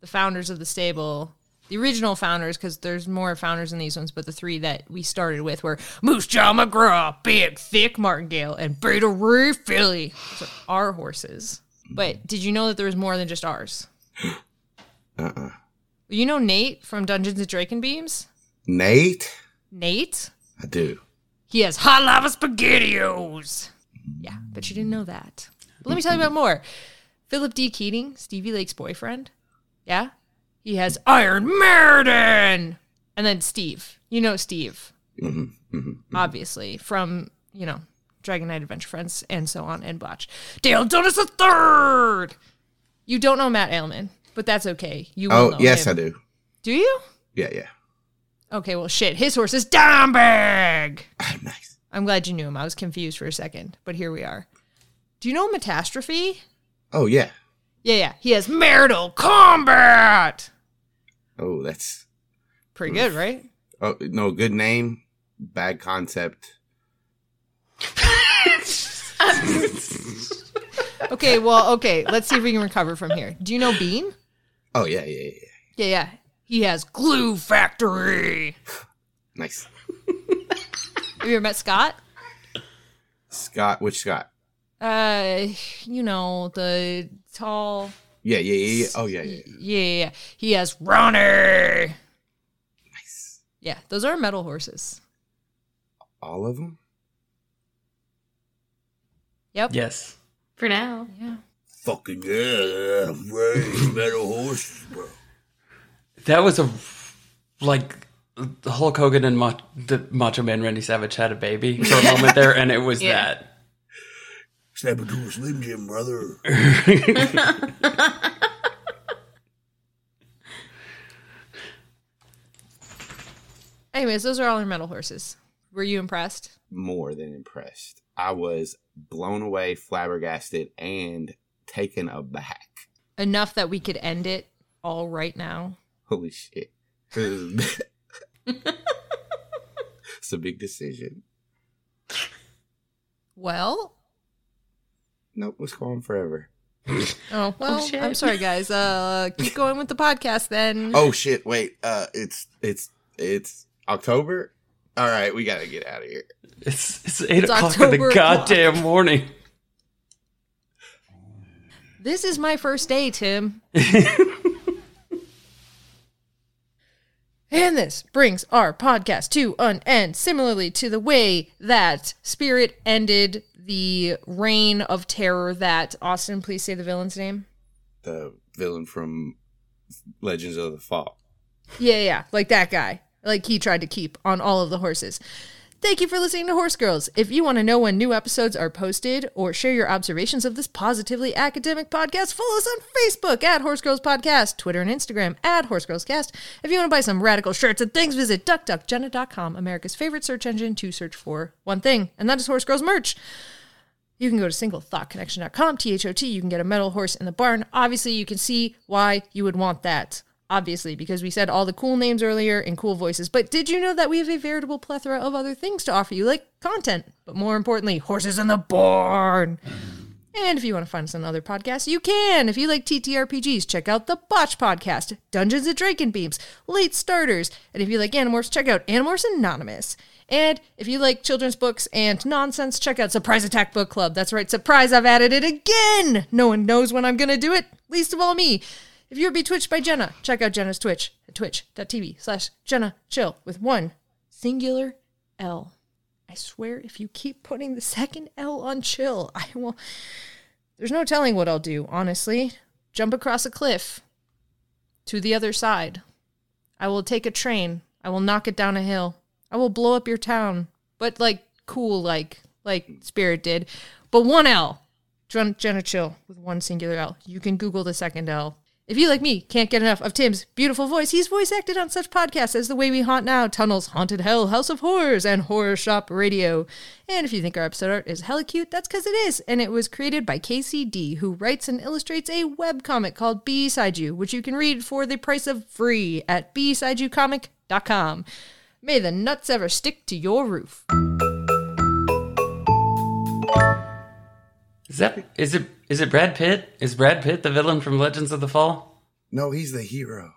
[SPEAKER 2] the founders of the stable, the original founders, because there's more founders in these ones, but the three that we started with were Moose Jaw McGraw, Big Thick Martingale, and Beta Ray Philly. Those are our horses. But did you know that there was more than just ours?
[SPEAKER 4] Uh-uh.
[SPEAKER 2] You know Nate from Dungeons and Draken Beams?
[SPEAKER 4] Nate?
[SPEAKER 2] Nate?
[SPEAKER 4] I do.
[SPEAKER 2] He has hot lava spaghettios. Yeah, but you didn't know that. But let me tell you about more. Philip D. Keating, Stevie Lake's boyfriend. Yeah, he has Iron Maiden, and then Steve. You know Steve,
[SPEAKER 4] Mm-hmm. Mm-hmm.
[SPEAKER 2] obviously from you know Dragon Knight Adventure Friends and so on and Blotch. Dale Jonas the third. You don't know Matt Ailman, but that's okay. You will
[SPEAKER 4] Oh,
[SPEAKER 2] know
[SPEAKER 4] yes,
[SPEAKER 2] him.
[SPEAKER 4] I do.
[SPEAKER 2] do. you?
[SPEAKER 4] Yeah, yeah.
[SPEAKER 2] Okay, well, shit. His horse is Dombag.
[SPEAKER 4] Ah, nice.
[SPEAKER 2] I'm glad you knew him. I was confused for a second, but here we are. Do you know Metastrophe?
[SPEAKER 4] Oh, yeah.
[SPEAKER 2] Yeah, yeah. He has marital combat.
[SPEAKER 4] Oh, that's...
[SPEAKER 2] Pretty good, right?
[SPEAKER 4] Oh, no, good name, bad concept.
[SPEAKER 2] Okay, well, okay. Let's see if we can recover from here. Do you know Bean?
[SPEAKER 4] Oh, yeah, yeah, yeah. yeah.
[SPEAKER 2] Yeah, yeah. He has Glue Factory.
[SPEAKER 4] Nice.
[SPEAKER 2] Have you ever met Scott?
[SPEAKER 4] Scott, which Scott?
[SPEAKER 2] Uh, you know the tall.
[SPEAKER 4] Yeah, yeah, yeah, yeah. Oh, yeah, yeah.
[SPEAKER 2] Yeah, yeah, yeah. He has Ronnie.
[SPEAKER 4] Nice.
[SPEAKER 2] Yeah, those are metal horses.
[SPEAKER 4] All of them?
[SPEAKER 2] Yep.
[SPEAKER 1] yes.
[SPEAKER 3] For now.
[SPEAKER 2] yeah.
[SPEAKER 4] Fucking yeah, raise metal horses, bro.
[SPEAKER 1] That was a like Hulk Hogan and Mach- the Macho Man Randy Savage had a baby for a moment there, and it was
[SPEAKER 3] Yeah.
[SPEAKER 4] Snap into a Slim Jim, brother.
[SPEAKER 1] that.
[SPEAKER 2] Anyways, those are all our metal horses. Were you impressed?
[SPEAKER 4] More than impressed. I was blown away, flabbergasted, and taken aback.
[SPEAKER 2] enough that we could end it all right now.
[SPEAKER 4] Holy shit. it's a big decision.
[SPEAKER 2] Well,
[SPEAKER 4] Nope, let's go on forever.
[SPEAKER 2] oh well.
[SPEAKER 3] shit.
[SPEAKER 2] I'm sorry, guys. Uh, keep going with the podcast then.
[SPEAKER 4] Oh shit, wait. Uh it's it's it's October? Alright, we gotta get out of here.
[SPEAKER 1] it's it's eight
[SPEAKER 2] It's
[SPEAKER 1] o'clock in
[SPEAKER 2] October
[SPEAKER 1] the
[SPEAKER 2] o'clock.
[SPEAKER 1] goddamn morning.
[SPEAKER 2] This is my first day, Tim. and this brings our podcast to an end, similarly to the way that Spirit ended the reign of terror. That Austin, please say the villain's name.
[SPEAKER 4] The villain from Legends of the Fall.
[SPEAKER 2] Yeah, yeah, like that guy. Like he tried to keep on all of the horses. Thank you for listening to Horse Girls. If you want to know when new episodes are posted or share your observations of this positively academic podcast, follow us on Facebook at Horse Girls Podcast, Twitter and Instagram at Horse Girls Cast. If you want to buy some radical shirts and things, visit duckduckjenna.com, America's favorite search engine to search for one thing, and that is Horse Girls merch. You can go to singlethoughtconnection.com, T H O T. You can get a metal horse in the barn. Obviously, you can see why you would want that. Obviously, because we said all the cool names earlier and cool voices. But did you know that we have a veritable plethora of other things to offer you, like content, but more importantly, horses in the barn? And if you want to find us on other podcasts, you can. If you like TTRPGs, check out the Botch Podcast, Dungeons and Draken Beams, Late Starters. And if you like Animorphs, check out Animorphs Anonymous. And if you like children's books and nonsense, check out Surprise Attack Book Club. That's right, surprise, I've added it again. No one knows when I'm going to do it, least of all me. If you're betwitched by Jenna, check out Jenna's Twitch at twitch.tv slash Jenna Chill with one singular L. I swear, if you keep putting the second L on chill, I will. There's no telling what I'll do, honestly. Jump across a cliff to the other side. I will take a train. I will knock it down a hill. I will blow up your town. But like cool, like like Spirit did. But one L. Jen- Jenna Chill with one singular L. You can Google the second L. If you, like me, can't get enough of Tim's beautiful voice, he's voice acted on such podcasts as The Way We Haunt Now, Tunnels, Haunted Hell, House of Horrors, and Horror Shop Radio. And if you think our episode art is hella cute, that's because it is, and it was created by KCD, who writes and illustrates a webcomic called Beside You, which you can read for the price of free at besideyoucomic.com. May the nuts ever stick to your roof.
[SPEAKER 1] Is that is it is it Brad Pitt? Is Brad Pitt the villain from Legends of the Fall?
[SPEAKER 4] No, he's the hero.